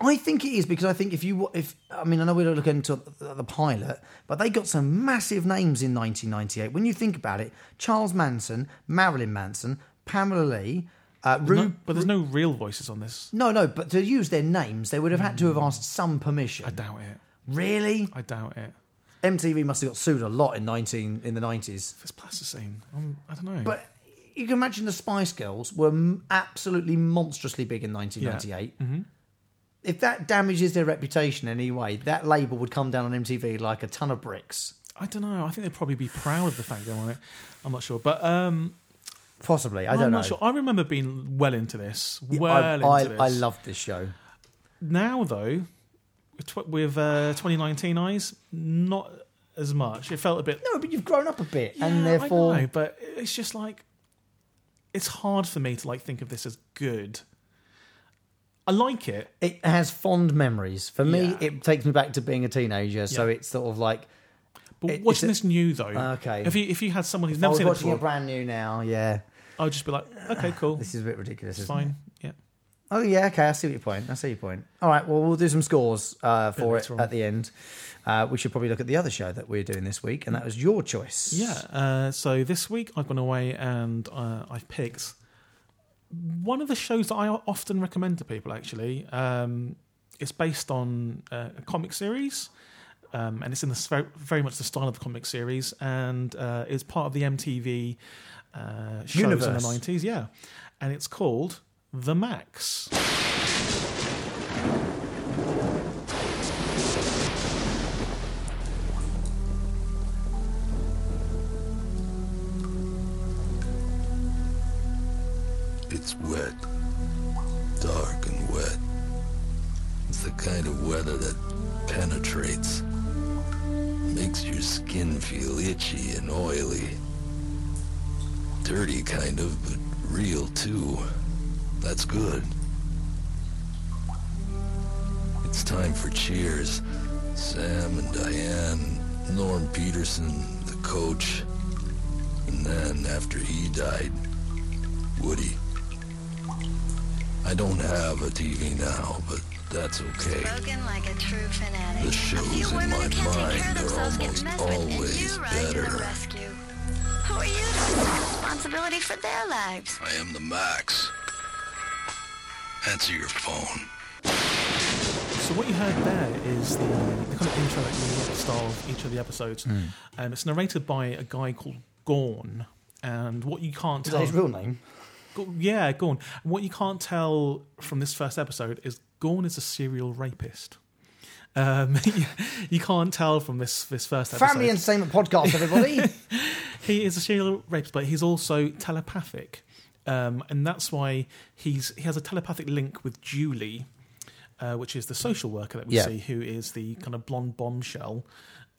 B: I think it is because I think if you if I mean I know we don't look into the the pilot, but they got some massive names in 1998. When you think about it, Charles Manson, Marilyn Manson, Pamela Lee, uh, Rube.
C: No, but there's no real voices on this.
B: No, no, but to use their names, they would have had to have asked some permission.
C: I doubt it.
B: really?
C: I doubt it.
B: MTV must have got sued a lot in 19 in the 90s.
C: If it's plasticine, um, I don't know.
B: But you can imagine the Spice Girls were m- absolutely monstrously big in 1998.
C: Mm-hmm.
B: If that damages their reputation in any way, that label would come down on MTV like a ton of bricks.
C: I don't know. I think they'd probably be proud of the fact they're on it. I'm not sure. But um,
B: Possibly, I
C: I
B: don't
C: am
B: know.
C: not sure. I remember being well into this. Well
B: I,
C: into
B: I,
C: this.
B: I loved this show.
C: Now though, with, tw- with uh, 2019 eyes, not as much. It felt a bit
B: No, but you've grown up a bit,
C: Yeah,
B: and therefore,
C: I know, but it's just like it's hard for me to like think of this as good. I like it.
B: it has fond memories. For me,
C: Yeah.
B: it takes me back to being a teenager. So it's sort of like
C: But
B: It-
C: watching
B: it's
C: this new though,
B: Okay.
C: If you if you had someone who's
B: I
C: never
B: was
C: seen it
B: oh, watching
C: before,
B: it brand new now. Yeah,
C: I would just be like, okay, cool,
B: this is a bit ridiculous.
C: it's
B: Isn't It?
C: fine, yeah.
B: Oh yeah, okay. I see your point. I see your point. All right. Well, we'll do some scores uh, for it
C: later on.
B: at the end. Uh, we should probably look at the other show that we're doing this week, and that was your choice.
C: Yeah. Uh, so this week I've gone away and uh, I've picked one of the shows that I often recommend to people. Actually, um, it's based on uh, a comic series, um, and it's in the s- very, very much the style of the comic series, and uh, it's part of the MTV uh, shows in
B: Universe.
C: the nineties. Yeah, and it's called The Max.
D: It's wet. Dark and wet. It's the kind of weather that penetrates. Makes your skin feel itchy and oily. Dirty kind of, but real too. That's good. It's time for cheers. Sam and Diane, Norm Peterson, the coach. And then after he died, Woody. I don't have a TV now, but that's okay.
E: Spoken like a true fanatic.
D: The shows
E: a few
D: in
E: women
D: my
E: who can't take care
D: mind
E: of
D: are
E: themselves
D: almost
E: get messed with, and
D: always
E: you run to
D: better.
E: the rescue. Who are you to take responsibility for their lives?
D: I am the Max. Answer your phone.
C: So what you heard there is the, the kind of intro at the start of each of the episodes. Um, it's narrated by a guy called Gorn. And what you can't
B: Is
C: tell
B: that his real name?
C: Go- Yeah, Gorn. What you can't tell from this first episode is Gorn is a serial rapist. Um, you can't tell from this this first episode.
B: Family Entertainment Podcast, everybody.
C: he is a serial rapist, but he's also telepathic, um, and that's why he's he has a telepathic link with Julie, uh, which is the social worker that we
B: Yeah.
C: see, who is the kind of blonde bombshell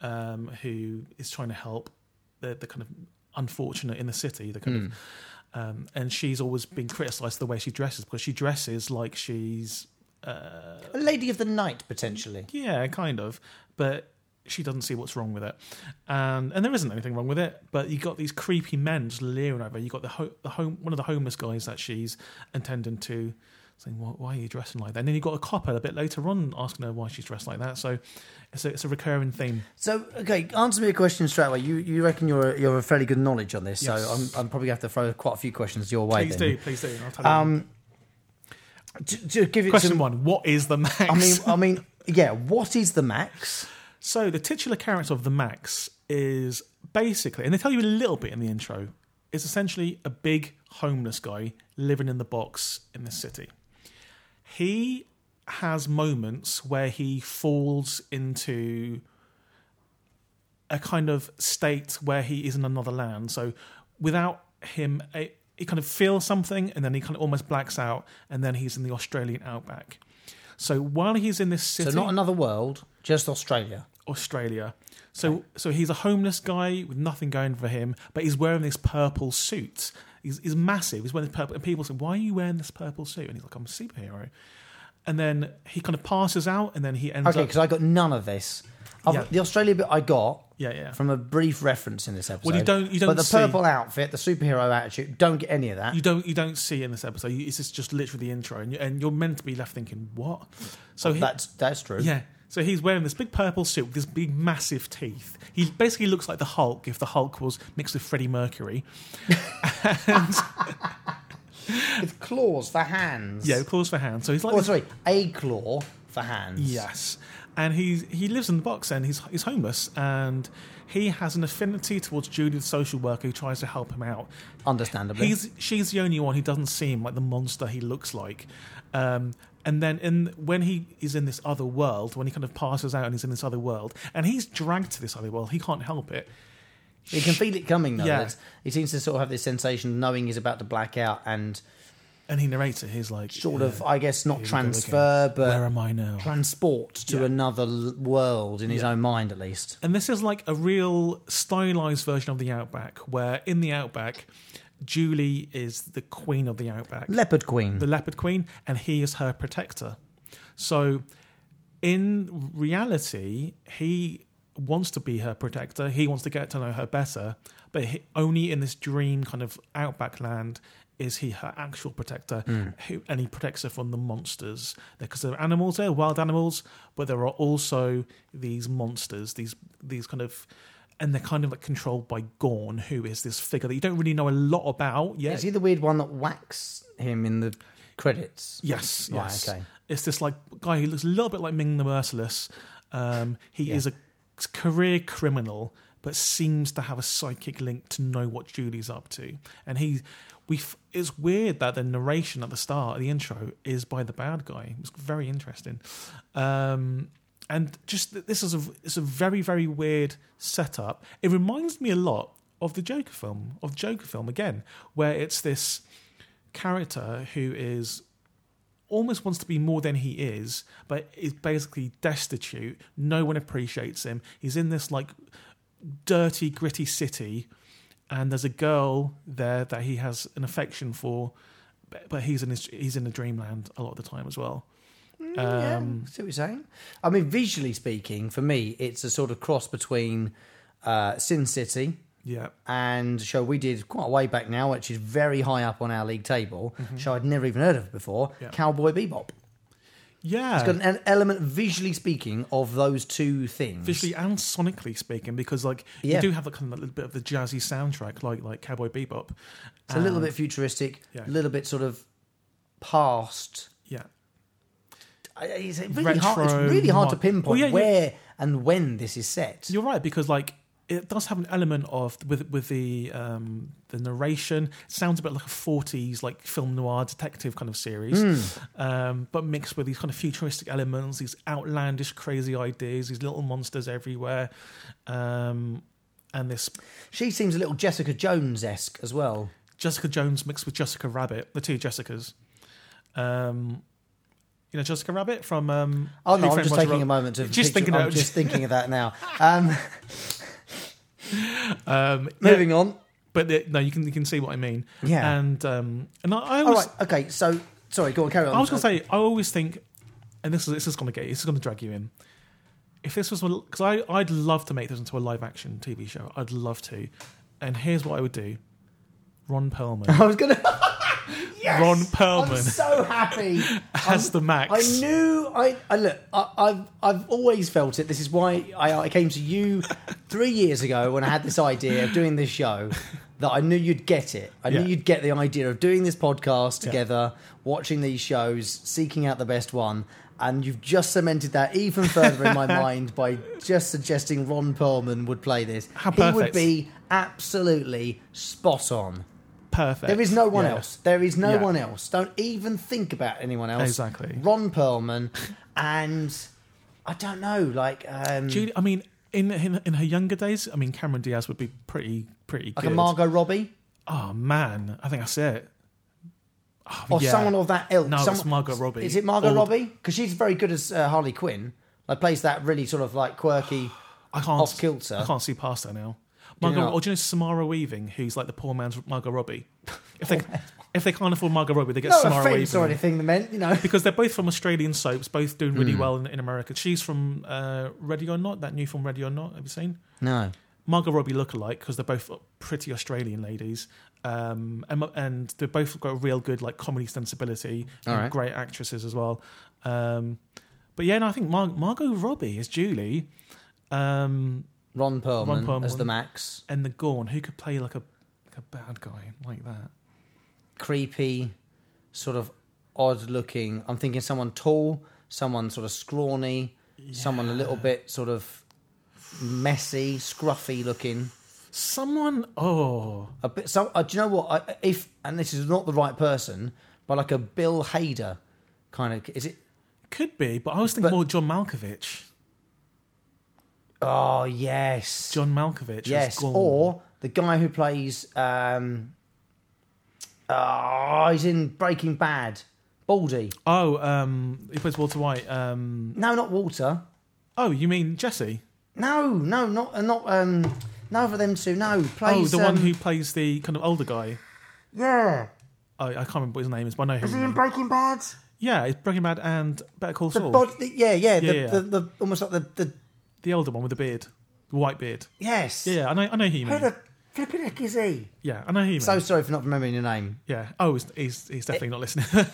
C: um, who is trying to help the the kind of unfortunate in the city, the kind of. Um, and she's always been criticised the way she dresses because she dresses like she's
B: a Lady of the Night, potentially.
C: yeah, kind of, but she doesn't see what's wrong with it, and and there isn't anything wrong with it. But you got these creepy men just leering over. You got the ho- the home one of the homeless guys that she's intending to saying, why, "Why are you dressing like that?" And then you got a copper a bit later on asking her why she's dressed like that. So it's a it's a recurring theme.
B: So, okay, answer me a question straight away. You you reckon you're a, you're a fairly good knowledge on this,
C: Yes.
B: so I'm, I'm probably going to have to throw quite a few questions your way.
C: Please
B: then.
C: do, please do. I'll tell you.
B: Um, to, to give it
C: Question
B: some,
C: one: What is the max?
B: I mean, I mean, yeah. What is the max?
C: So the titular character of the Max is basically, and they tell you a little bit in the intro, is essentially a big homeless guy living in the box in this city. He has moments where he falls into a kind of state where he is in another land. So without him, eh, he kind of feels something and then he kind of almost blacks out and then he's in the Australian outback. So while he's in this
B: So
C: city,
B: not another world, just Australia.
C: Australia. So so he's a homeless guy with nothing going for him, but he's wearing this purple suit. He's, he's massive. He's wearing this purple, and people say, "Why are you wearing this purple suit?" And he's like, "I'm a superhero." And then he kind of passes out, and then he ends
B: Okay,
C: up.
B: because I got none of this. I've-
C: Yeah.
B: The Australia bit I got
C: Yeah, yeah.
B: from a brief reference in this episode.
C: you don't- you
B: But
C: don't
B: the
C: see-
B: purple outfit, the superhero attitude, don't get any of that.
C: you don't you don't see in this episode. You- It's just, just literally the intro, and, you, and you're meant to be left thinking, "What?" So he,
B: that's that's true.
C: yeah. So he's wearing this big purple suit with this big massive teeth. He basically looks like the Hulk if the Hulk was mixed with Freddie Mercury.
B: With claws for hands.
C: Yeah, claws for hands. So he's like
B: Or
C: this-
B: sorry, a claw for hands.
C: Yes, and he he lives in the box and he's he's homeless and he has an affinity towards Judy, the social worker, who tries to help him out.
B: Understandably.
C: He's she's the only one who doesn't seem like the monster he looks like. Um, and then in when he is in this other world, when he kind of passes out and he's in this other world, and he's dragged to this other world, he can't help it.
B: He can feel it coming though.
C: Yeah.
B: That's- He seems to sort of have this sensation of knowing he's about to black out and
C: And he narrates it. He's like,
B: sort of, I guess, not
C: "Here we go again.
B: transfer,
C: where
B: but
C: am I now?
B: transport to
C: Yeah.
B: another l- world in his own mind, at least.
C: And this is like a real stylized version of the Outback, where in the Outback, Julie is the queen of the Outback,
B: Leopard Queen.
C: the leopard queen, and he is her protector. So in reality, he wants to be her protector, he wants to get to know her better, but he, only in this dream kind of Outback land. Is he her actual protector? Who, and he protects her from the monsters because there are animals there, wild animals, but there are also these monsters, these these kind of, and they're kind of like controlled by Gorn, who is this figure that you don't really know a lot about yet.
B: Is he the weird one that whacks him in the credits?
C: Yes,
B: Right,
C: yes.
B: okay.
C: It's this like guy who looks a little bit like Ming the Merciless. Um, he is a career criminal, but seems to have a psychic link to know what Julie's up to. And he, we f- it's weird that the narration at the start, the intro, is by the bad guy. It's very interesting, um, and just th- this is a it's a very very weird setup. It reminds me a lot of the Joker film, of Joker film again, where it's this character who is almost wants to be more than he is, but is basically destitute. No one appreciates him. He's in this like dirty, gritty city, and there's a girl there that he has an affection for, but- but he's in his, he's in a dreamland a lot of the time as well.
B: Yeah,
C: Um,
B: see what you're saying. I mean, visually speaking, for me, it's a sort of cross between uh, Sin City
C: Yeah,
B: and a show we did quite a way back now, which is very high up on our league table. Show I'd never even heard of before,
C: Mm-hmm. Yeah.
B: Cowboy Bebop.
C: yeah.
B: It's got an ele- element, visually speaking, of those two things.
C: visually and sonically speaking, because like
B: Yeah.
C: you do have that kind of little bit of the jazzy soundtrack, like like Cowboy Bebop.
B: it's a little bit futuristic, a
C: Yeah.
B: little bit sort of past.
C: Yeah,
B: I- It's really hard. It's
C: Retro
B: really hard to
C: mod-
B: pinpoint
C: Well, yeah, you-
B: where and when this is set.
C: You're right because like it does have an element of with with the um, the narration. It sounds a bit like a 40s like film noir detective kind of series,
B: Hmm.
C: um, but mixed with these kind of futuristic elements, these outlandish crazy ideas, these little monsters everywhere, um, and this
B: She seems a little Jessica Jones esque as well.
C: Jessica Jones mixed with Jessica Rabbit, the two Jessicas. Um, you know Jessica Rabbit from um,
B: Oh
C: Who
B: no, I'm
C: Framed
B: just
C: Roger
B: taking a
C: Rabbit?
B: moment to
C: Just
B: picture-
C: thinking
B: I'm
C: about-
B: just thinking of that now. Um,
C: Um, yeah,
B: moving on.
C: but the, no, you can you can see what I mean.
B: Yeah.
C: and um, and I, I
B: All
C: always
B: right. Okay. So sorry. Go on. Carry on.
C: I was going to say, I always think, and this is this is going to get this is going to drag you in. If this was because I I'd love to make this into a live action TV show. I'd love to, and here's what I would do: Ron Perlman,
B: I was going to.
C: Ron
B: I'm
C: Perlman
B: so happy.
C: as the
B: I
C: Max.
B: knew. I, I look. I, I've I've always felt it. This is why I, I came to you three years ago when I had this idea of doing this show. That I knew you'd get it. I
C: Yeah.
B: knew you'd get the idea of doing this podcast together, watching these shows, seeking out the best one. And you've just cemented that even further in my mind by just suggesting Ron Perlman would play this.
C: How
B: he would
C: perfect.
B: be absolutely spot on.
C: Perfect.
B: There is no one
C: Yeah.
B: else. There is no
C: Yeah.
B: one else. Don't even think about anyone else.
C: Exactly.
B: Ron Perlman, and I don't know, like um,
C: Judy, I mean, in, in in her younger days, I mean, Cameron Diaz would be pretty pretty
B: like
C: good.
B: a Margot Robbie
C: oh man, I think that's it. Oh,
B: or
C: yeah.
B: someone of that ilk.
C: No, it's
B: someone,
C: Margot Robbie.
B: Is it Margot
C: Old-
B: Robbie? Because she's very good as uh, Harley Quinn. Like plays that really sort of like quirky.
C: I can't
B: off kilter.
C: I can't see past her now.
B: you
C: Margot,
B: not?
C: or do you know Samara Weaving, who's like the poor man's Margot Robbie? If they if they can't afford Margot Robbie, they get
B: No
C: Samara
B: offense
C: Weaving
B: or anything, the men. You know,
C: because they're both from Australian soaps, both doing really well in, in America. She's from uh, Ready or Not, that new film Ready or Not. Have you seen?
B: no.
C: Margot Robbie look alike because they're both pretty Australian ladies, um, and, and they've both got a real good like comedy sensibility and
B: Alright.
C: great actresses as well. Um, but yeah, no, I think Mar- Margot Robbie is Julie. Um,
B: Ron Perlman,
C: Ron Perlman.
B: as the Max,
C: and the Gorn, who could play like a like a bad guy like that?
B: creepy, sort of odd looking. I'm thinking someone tall, someone sort of scrawny, someone a little bit sort of messy, scruffy looking.
C: Someone oh
B: A bit. So uh, do you know what? I, if and this is not the right person, but like a Bill Hader kind of. Is it?
C: could be, but I was thinking
B: But-
C: more John Malkovich.
B: Oh yes,
C: John Malkovich, as
B: yes.
C: Gorn.
B: Or the guy who plays. um Oh, he's in Breaking Bad. Baldy.
C: oh, um, he plays Walter White. Um,
B: No, not Walter.
C: oh, you mean Jesse?
B: No, no, not uh, not um, no for them two. No,
C: Oh,
B: plays
C: the
B: um,
C: one who plays the kind of older guy.
B: yeah.
C: I, I can't remember what his name is, but I know who.
B: Is
C: you
B: he in
C: mean.
B: Breaking Bad?
C: yeah, it's Breaking Bad and Better Call
B: Mm-hmm. The
C: Saul. The,
B: bod- the- yeah, yeah, the,
C: Yeah, yeah.
B: The, the, almost like the, the
C: older one with the beard, the white beard.
B: yes.
C: Yeah, I know. I know who you
B: Who
C: mean.
B: the flipping heck is he?
C: Yeah, I know who you mean.
B: So Eh, sorry for not remembering your name.
C: yeah. Oh, he's he's, he's definitely not listening.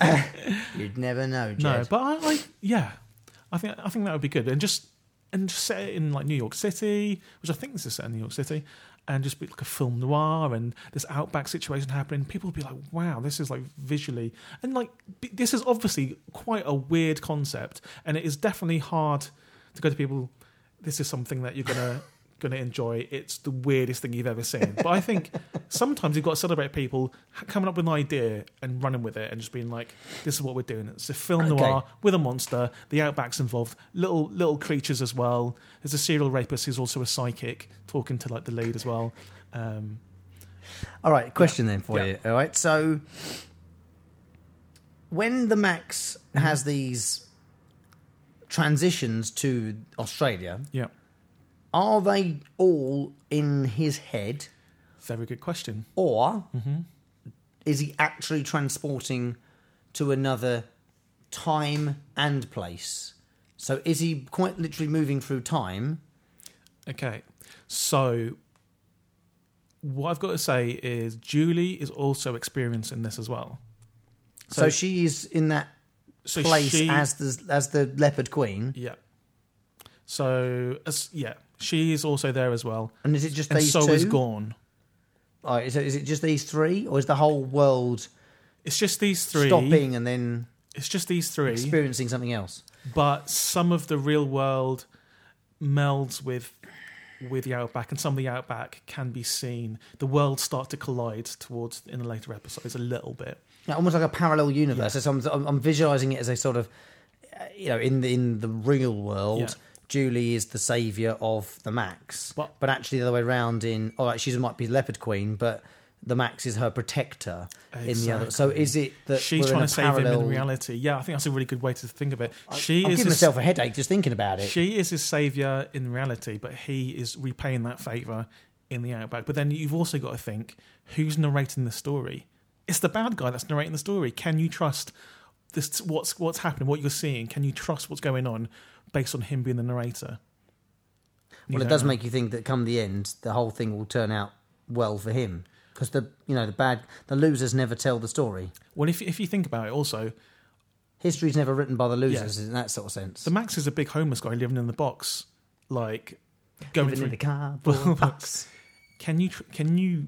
B: You'd never know, Jed.
C: No, but I, I yeah, I think I think that would be good, and just and just set it in like New York City, which I think this is set in New York City, and just be like a film noir and this outback situation happening. People would be like, wow, this is like visually and like b- this is obviously quite a weird concept, and it is definitely hard to go to people. This is something that you're gonna going to enjoy. It's the weirdest thing you've ever seen. But I think sometimes you've got to celebrate people h- coming up with an idea and running with it and just being like, "This is what we're doing." It's a film
B: Okay.
C: noir with a monster. The outback's involved. Little little creatures as well. There's a serial rapist who's also a psychic talking to like the lead as well. Um,
B: All right, question then for
C: Yeah.
B: you. All right, so when the Max
C: Mm-hmm.
B: has these transitions to Australia,
C: yeah,
B: are they all in his head,
C: very good question.
B: or
C: Mm-hmm.
B: is he actually transporting to another time and place? So is he quite literally moving through time?
C: Okay. So what I've got to say is Julie is also experiencing this as well.
B: So, she is in that
C: So
B: place
C: she-
B: as the as the leopard queen,
C: yeah. So as yeah, she is also there as well.
B: and is it just
C: And
B: these
C: so
B: two?
C: is Gorn.
B: Oh, is, it, is it just these three, or is the whole world
C: It's just these three.
B: stopping and then
C: It's just these three.
B: experiencing something else?
C: but some of the real world melds with with the outback and some of the outback can be seen the worlds start to collide towards in the later episodes a little bit
B: Yeah, almost like a parallel universe. So I'm, I'm, I'm visualizing it as a sort of, uh, you know, in the in the real world,
C: Yeah.
B: Julie is the savior of the Max,
C: But-
B: but actually the other way around. In all right, she might be leopard queen, but the Max is her protector in the other. So
C: Exactly.
B: is it that
C: she's
B: we're in
C: trying
B: a
C: to save
B: parallel...
C: him in reality yeah i think that's a really good way to think of it she
B: I'm
C: is
B: giving
C: his,
B: myself a headache just thinking about it.
C: she is his savior in reality but he is repaying that favor in the outback but then you've also got to think who's narrating the story it's the bad guy that's narrating the story can you trust this what's what's happening what you're seeing can you trust what's going on based on him being the narrator
B: Well, it
C: don't
B: does
C: know.
B: make you think that come the end, the whole thing will turn out well for him because the you know the bad the losers never tell the story.
C: well if, if you think about it also
B: History's never written by the losers
C: Yeah.
B: in that sort of sense.
C: the max is a big homeless guy living in the box like going
B: Even in
C: through
B: the cardboard box.
C: can you tr- can you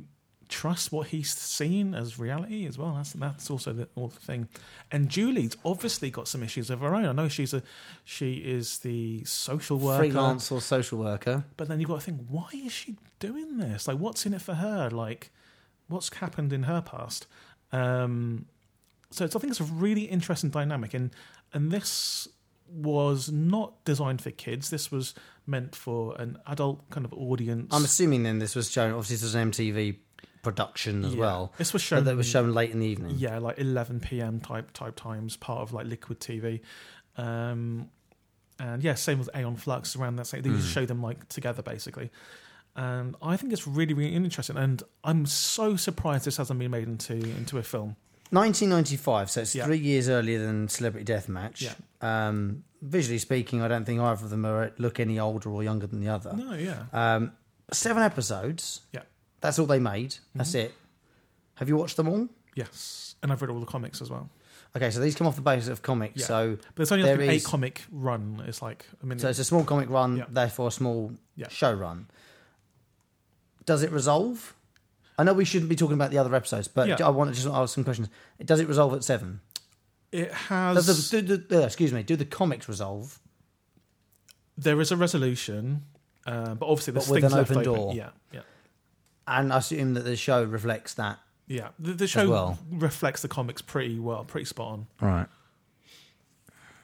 C: trust what he's seeing as reality as well? That's that's also the whole thing. And Julie's obviously got some issues of her own. I know she's a she is the social worker,
B: Freelance or social worker.
C: but then you've got to think why is she doing this? Like, what's in it for her? Like, what's happened in her past? Um, so it's, I think it's a really interesting dynamic, and and this was not designed for kids. This was meant for an adult kind of audience.
B: I'm assuming then this was shown. Obviously, this was an MTV production as
C: Yeah.
B: well.
C: This was
B: but that
C: shown-
B: was shown late in the evening.
C: yeah like 11 p.m type type times part of like liquid tv um and yeah same with aeon flux around that same they
B: Mm.
C: just show them like together basically and i think it's really really interesting and i'm so surprised this hasn't been made into into a film
B: 1995, so it's
C: Yeah.
B: three years earlier than Celebrity Deathmatch.
C: Yeah.
B: Um, visually speaking, I don't think either of them are, look any older or younger than the other.
C: no yeah
B: Um, seven episodes.
C: yeah
B: That's all they made. That's
C: Mm-hmm.
B: it. Have you watched them all?
C: yes and i've read all the comics as well
B: Okay, so these come off the basis of comics.
C: Yeah.
B: So,
C: but there's only like
B: There
C: an
B: is-
C: eight comic run it's like i mean
B: so it's a small comic run,
C: Yeah.
B: therefore a small
C: Yeah.
B: show run. Does it resolve? I know we shouldn't be talking about the other episodes, but
C: Yeah.
B: I want to just ask some questions. Does it resolve at seven?
C: it
B: Does
C: has
B: the, do the, uh, excuse me, do the comics resolve?
C: there is a resolution uh, but obviously there's
B: But with
C: things
B: an
C: left
B: open
C: open
B: door.
C: yeah yeah
B: And I assume that the show reflects that.
C: yeah the, the show
B: well.
C: reflects the comics pretty well pretty spot on
B: Right.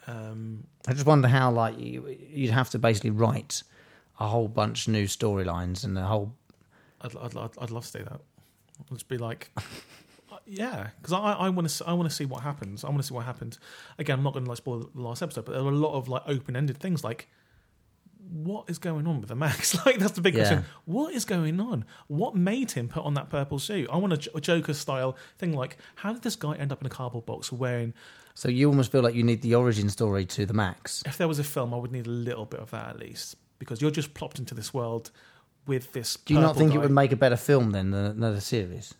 C: um
B: I just wonder how like you, you'd have to basically write a whole bunch of new storylines and a whole
C: I'd, I'd, I'd, I'd love to see that. I'd just be like, uh, yeah, because I, I want to I want to see what happens. I want to see what happens. Again, I'm not going to like spoil the last episode, but there were a lot of like open ended things like. What is going on with the Max? Like that's the big
B: Yeah.
C: question. What is going on? What made him put on that purple suit? I want a, J- a Joker style thing. Like, how did this guy end up in a cardboard box wearing?
B: So you almost feel like you need the origin story to the max.
C: If there was a film, I would need a little bit of that at least, because you're just plopped into this world with this.
B: Do you not
C: purple
B: think it
C: guy.
B: would make a better film then than another series?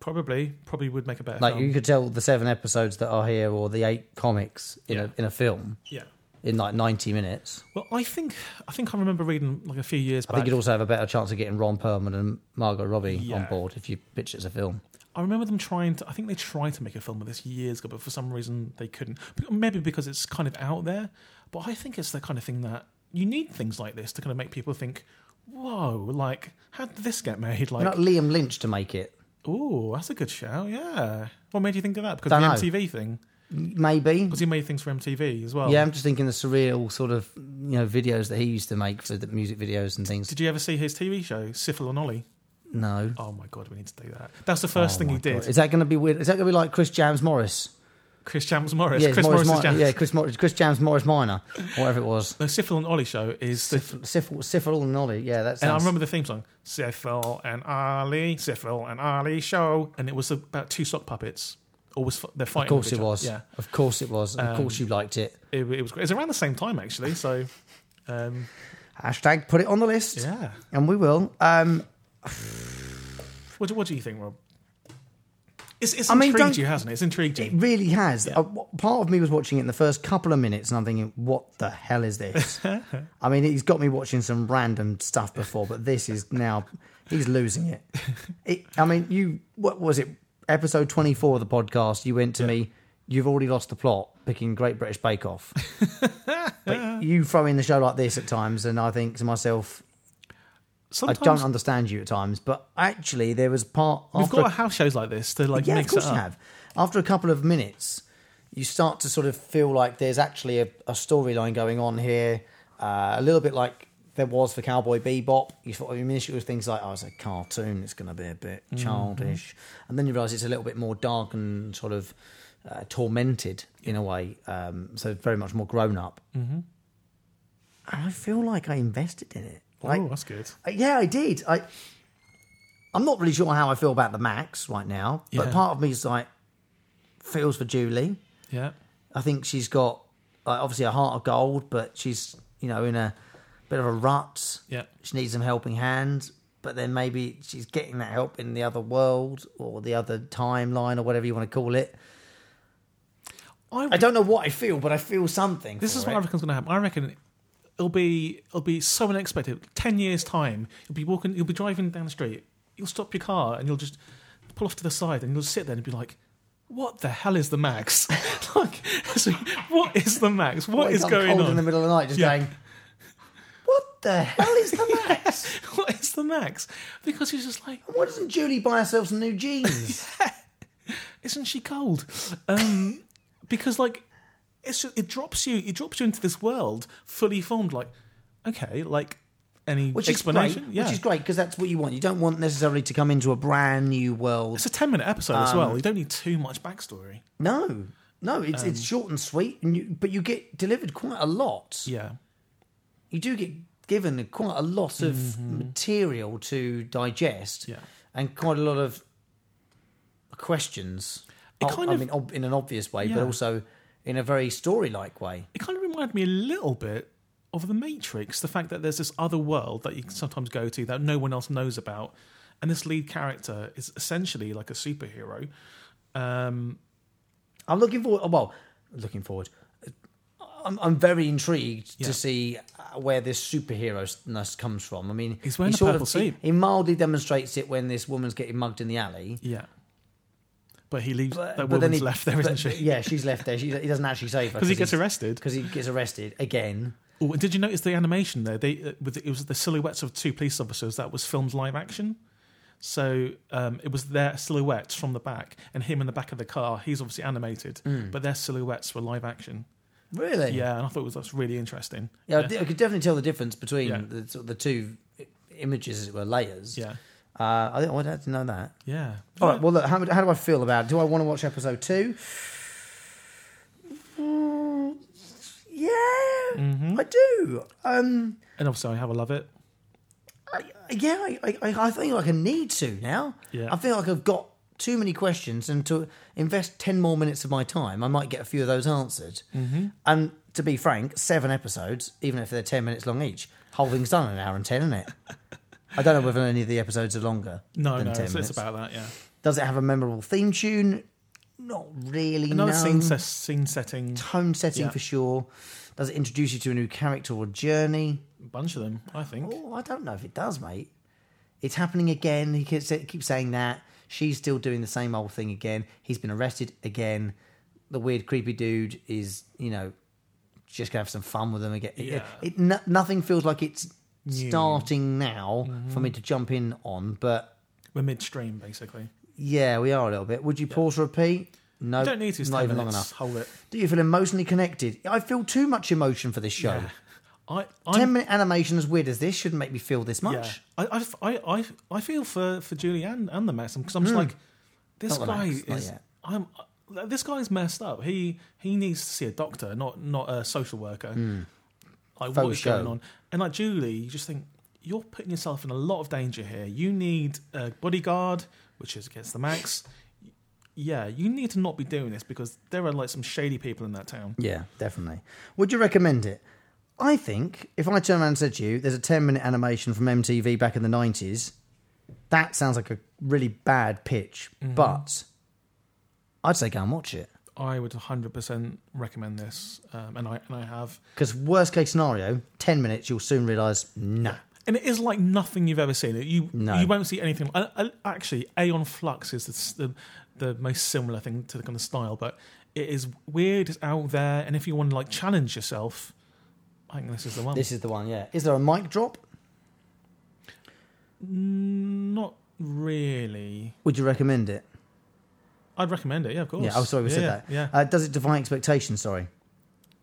C: probably probably would make a better
B: Like
C: film?
B: you could tell the seven episodes that are here or the eight comics in
C: Yeah.
B: a in a film
C: yeah.
B: in like ninety minutes.
C: Well, I think I think I remember reading like a few
B: I
C: years back.
B: think you'd also have a better chance of getting Ron Perlman and Margot Robbie on
C: Yeah.
B: board if you pitch it as a film.
C: I remember them trying to. I think they tried to make a film of this years ago, but for some reason they couldn't. But Maybe because it's kind of out there. But I think it's the kind of thing that you need things like this to kind of make people think, whoa, like, how did this get made?
B: Why not
C: Like,
B: Liam Lynch to make it?
C: ooh, that's a good shout, yeah. What made you think of that? Because
B: Don't know.
C: the MTV thing.
B: Maybe.
C: Because he made things for MTV as well.
B: Yeah, I'm just thinking the surreal sort of you know videos that he used to make for the music videos and things.
C: Did you ever see his TV show, Syphil and Ollie?
B: No.
C: Oh my god, we need to do that. That's the
B: Oh
C: first thing he did.
B: Is that going to be weird? Is that going to be like Chris James Morris?
C: Chris James Morris. Chris
B: Morris
C: Morris,
B: Mi-
C: is James.
B: Yeah, Chris, Mor- Chris James Morris Minor, whatever it was.
C: The Syphil and Ollie show is the.
B: Syphil Syphil and Ollie. Yeah, that's.
C: And I remember the theme song, Syphil and Ollie, Syphil and Ollie show. And it was about two sock puppets. Always, f- they're
B: Of
C: fighting.
B: course
C: with each
B: it was.
C: Other.
B: Of course it was. Of course you
C: Um,
B: liked it.
C: Yeah. It, it was great. It was around the same time, actually. So, um,
B: Hashtag put it on the list.
C: yeah.
B: And we will. Um,
C: What, do- what do you think, Rob? It's, it's
B: I mean,
C: intrigued
B: don't-
C: you, hasn't it? It's intrigued you.
B: it really has. Uh, wh- part of me was watching it in the first couple of minutes and I'm thinking, what the hell is this? I mean, he's got me watching some random stuff before, but this is now, he's losing it. it I mean, you, what was it? Episode 24 of the podcast, you went to me, you've already lost the plot picking Great British Bake Off. but you throw in the show like this at times, and I think to myself,
C: Sometimes
B: I don't understand you at times, but actually, there was part.
C: we've
B: after
C: got to have shows like this to like
B: yeah,
C: mix
B: of course
C: it up.
B: you have. After a couple of minutes, you start to sort of feel like there's actually a, a storyline going on here, uh, a little bit like there was for Cowboy Bebop. You thought I mean, initially it was things like, "Oh, it's a cartoon. It's going to be a bit
C: Mm-hmm.
B: childish," and then you realise it's a little bit more dark and sort of uh, tormented in a way. Um, so very much more grown up. Mm-hmm. And I feel like I invested in it. Like,
C: oh, that's good.
B: uh, Yeah, I did. I I'm not really sure how I feel about the Max right now, but
C: Yeah.
B: part of me is like feels for Julie.
C: Yeah.
B: I think she's got like, obviously a heart of gold, but she's you know in a bit of a rut.
C: Yeah.
B: she needs some helping hand, but then maybe she's getting that help in the other world or the other timeline or whatever you want to call it. I don't know what I feel, but I feel something.
C: This
B: for
C: is
B: it.
C: what I reckon's going to happen. I reckon it'll be it'll be so unexpected. Ten years time, you'll be walking, you'll be driving down the street, you'll stop your car, and you'll just pull off to the side, and you'll sit there and be like. What the hell is the max? like, so what is the max? what
B: Wake
C: is
B: up
C: going
B: cold
C: on?
B: in the middle of the night, just
C: Yeah.
B: going, "What the hell is the Max?"
C: what is the max? Because he's just like,
B: Why doesn't Julie buy herself some new jeans?
C: isn't she cold? Um, because like it's just, it drops you it drops you into this world fully formed. Like okay, like any
B: Which is great.
C: explanation? yeah,
B: Which is great because that's what you want. You don't want necessarily to come into a brand new world.
C: it's a ten minute episode
B: Um,
C: as well. You don't need too much backstory.
B: No, no, it's it's
C: Um,
B: short and sweet, and you, but you get delivered quite a lot.
C: Yeah,
B: You do get given quite a lot of material to digest,
C: Mm-hmm. Yeah.
B: and quite a lot of questions.
C: It
B: Oh,
C: kind
B: I
C: of-
B: mean, ob- in an obvious way,
C: Yeah.
B: but also in a very story-like way.
C: it kind of reminded me a little bit of the Matrix. The fact that there's this other world that you can sometimes go to that no one else knows about, and this lead character is essentially like a superhero. Um,
B: I'm looking forward. oh, Well, looking forward. I'm, I'm very intrigued
C: Yeah.
B: to see uh, where this superhero-ness comes from. I mean,
C: He's wearing
B: he
C: a
B: sort
C: purple
B: of,
C: suit.
B: He, he mildly demonstrates it when this woman's getting mugged in the alley.
C: yeah, but he leaves
B: But-
C: that
B: but then
C: woman's
B: he-
C: left there, isn't
B: but-
C: she?
B: Yeah, she's left there. She, he doesn't actually save her
C: Because he gets arrested.
B: Because he gets arrested again.
C: Oh, and did you notice the animation there? They uh, with it was the silhouettes of two police officers that was filmed live action. So um, it was their silhouettes from the back, and him in the back of the car. He's obviously animated,
B: Mm.
C: but their silhouettes were live action.
B: Really?
C: Yeah, and I thought it was that's really interesting.
B: Yeah, I di- I could definitely tell the difference between
C: Yeah.
B: the, sort of the two i- images, as it were, layers.
C: yeah,
B: Uh, I think I would have to know that.
C: yeah.
B: All right. Well, look. How, how do I feel about? it? Do I want to watch episode two? Mm, yeah,
C: Mm-hmm.
B: I do. Um,
C: and obviously I have a love it.
B: I, yeah, I, I, I feel like I need to now.
C: Yeah.
B: I feel like I've got too many questions, and to invest ten more minutes of my time, I might get a few of those answered. Mm-hmm. And to be frank, seven episodes, even if they're ten minutes long each, whole thing's done in an hour and ten, isn't it? I don't know whether any of the episodes are longer.
C: No,
B: than 10
C: no, it's, it's
B: minutes.
C: about that. Yeah,
B: Does it have a memorable theme tune? Not really.
C: another
B: no.
C: scene, se- scene setting,
B: Tone setting
C: Yeah.
B: for sure. Does it introduce you to a new character or journey?
C: bunch of them. I think.
B: Oh, I don't know if it does, mate. It's happening again. He keeps, keeps saying that. She's still doing the same old thing again. He's been arrested again. The weird, creepy dude is, you know, just gonna have some fun with them again. It-
C: Yeah.
B: It, no, nothing feels like it's starting now
C: Mm-hmm.
B: for me to jump in on, but
C: We're midstream, basically.
B: yeah, we are a little bit. Would you pause or repeat? No,
C: You don't need to. It's
B: not
C: 10
B: even long
C: minutes.
B: enough.
C: Hold it.
B: Do you feel emotionally connected? I feel too much emotion for this show.
C: I,
B: Ten
C: I'm,
B: minute animation as weird as this shouldn't make me feel this
C: yeah.
B: much.
C: I, I, I, I, I feel for, for Julie and, and the Maxim because I'm just like, this
B: Hmm. Not the
C: guy
B: Max, not
C: is.
B: yet.
C: I'm. uh, This guy's messed up. He he needs to see a doctor, not not a social worker.
B: Hmm.
C: Like what
B: Faux
C: is going
B: show.
C: on? And like Julie, you just think you're putting yourself in a lot of danger here. You need a bodyguard, which is against the max. Yeah, you need to not be doing this because there are like some shady people in that town.
B: Yeah, definitely. Would you recommend it? I think if I turn around and said to you, there's a 10 minute animation from MTV back in the 90s, that sounds like a really bad pitch,
C: Mm-hmm.
B: but I'd say go and watch it.
C: I would 100% recommend this, um, and I and I have.
B: Because worst case scenario, 10 minutes, you'll soon realise, nah.
C: And it is like nothing you've ever seen. You
B: No.
C: you won't see anything. I, I, actually, Aeon Flux is the, s- the the most similar thing to the kind of style, but it is weird. It's out there, and if you want to like challenge yourself, I think this is the one.
B: This is the one, yeah. Is there a mic drop?
C: Not really.
B: Would you recommend it?
C: I'd recommend it. Yeah, of course.
B: Yeah, oh, sorry, we
C: Yeah,
B: said
C: yeah,
B: that.
C: Yeah,
B: Uh, does it defy expectations? Sorry.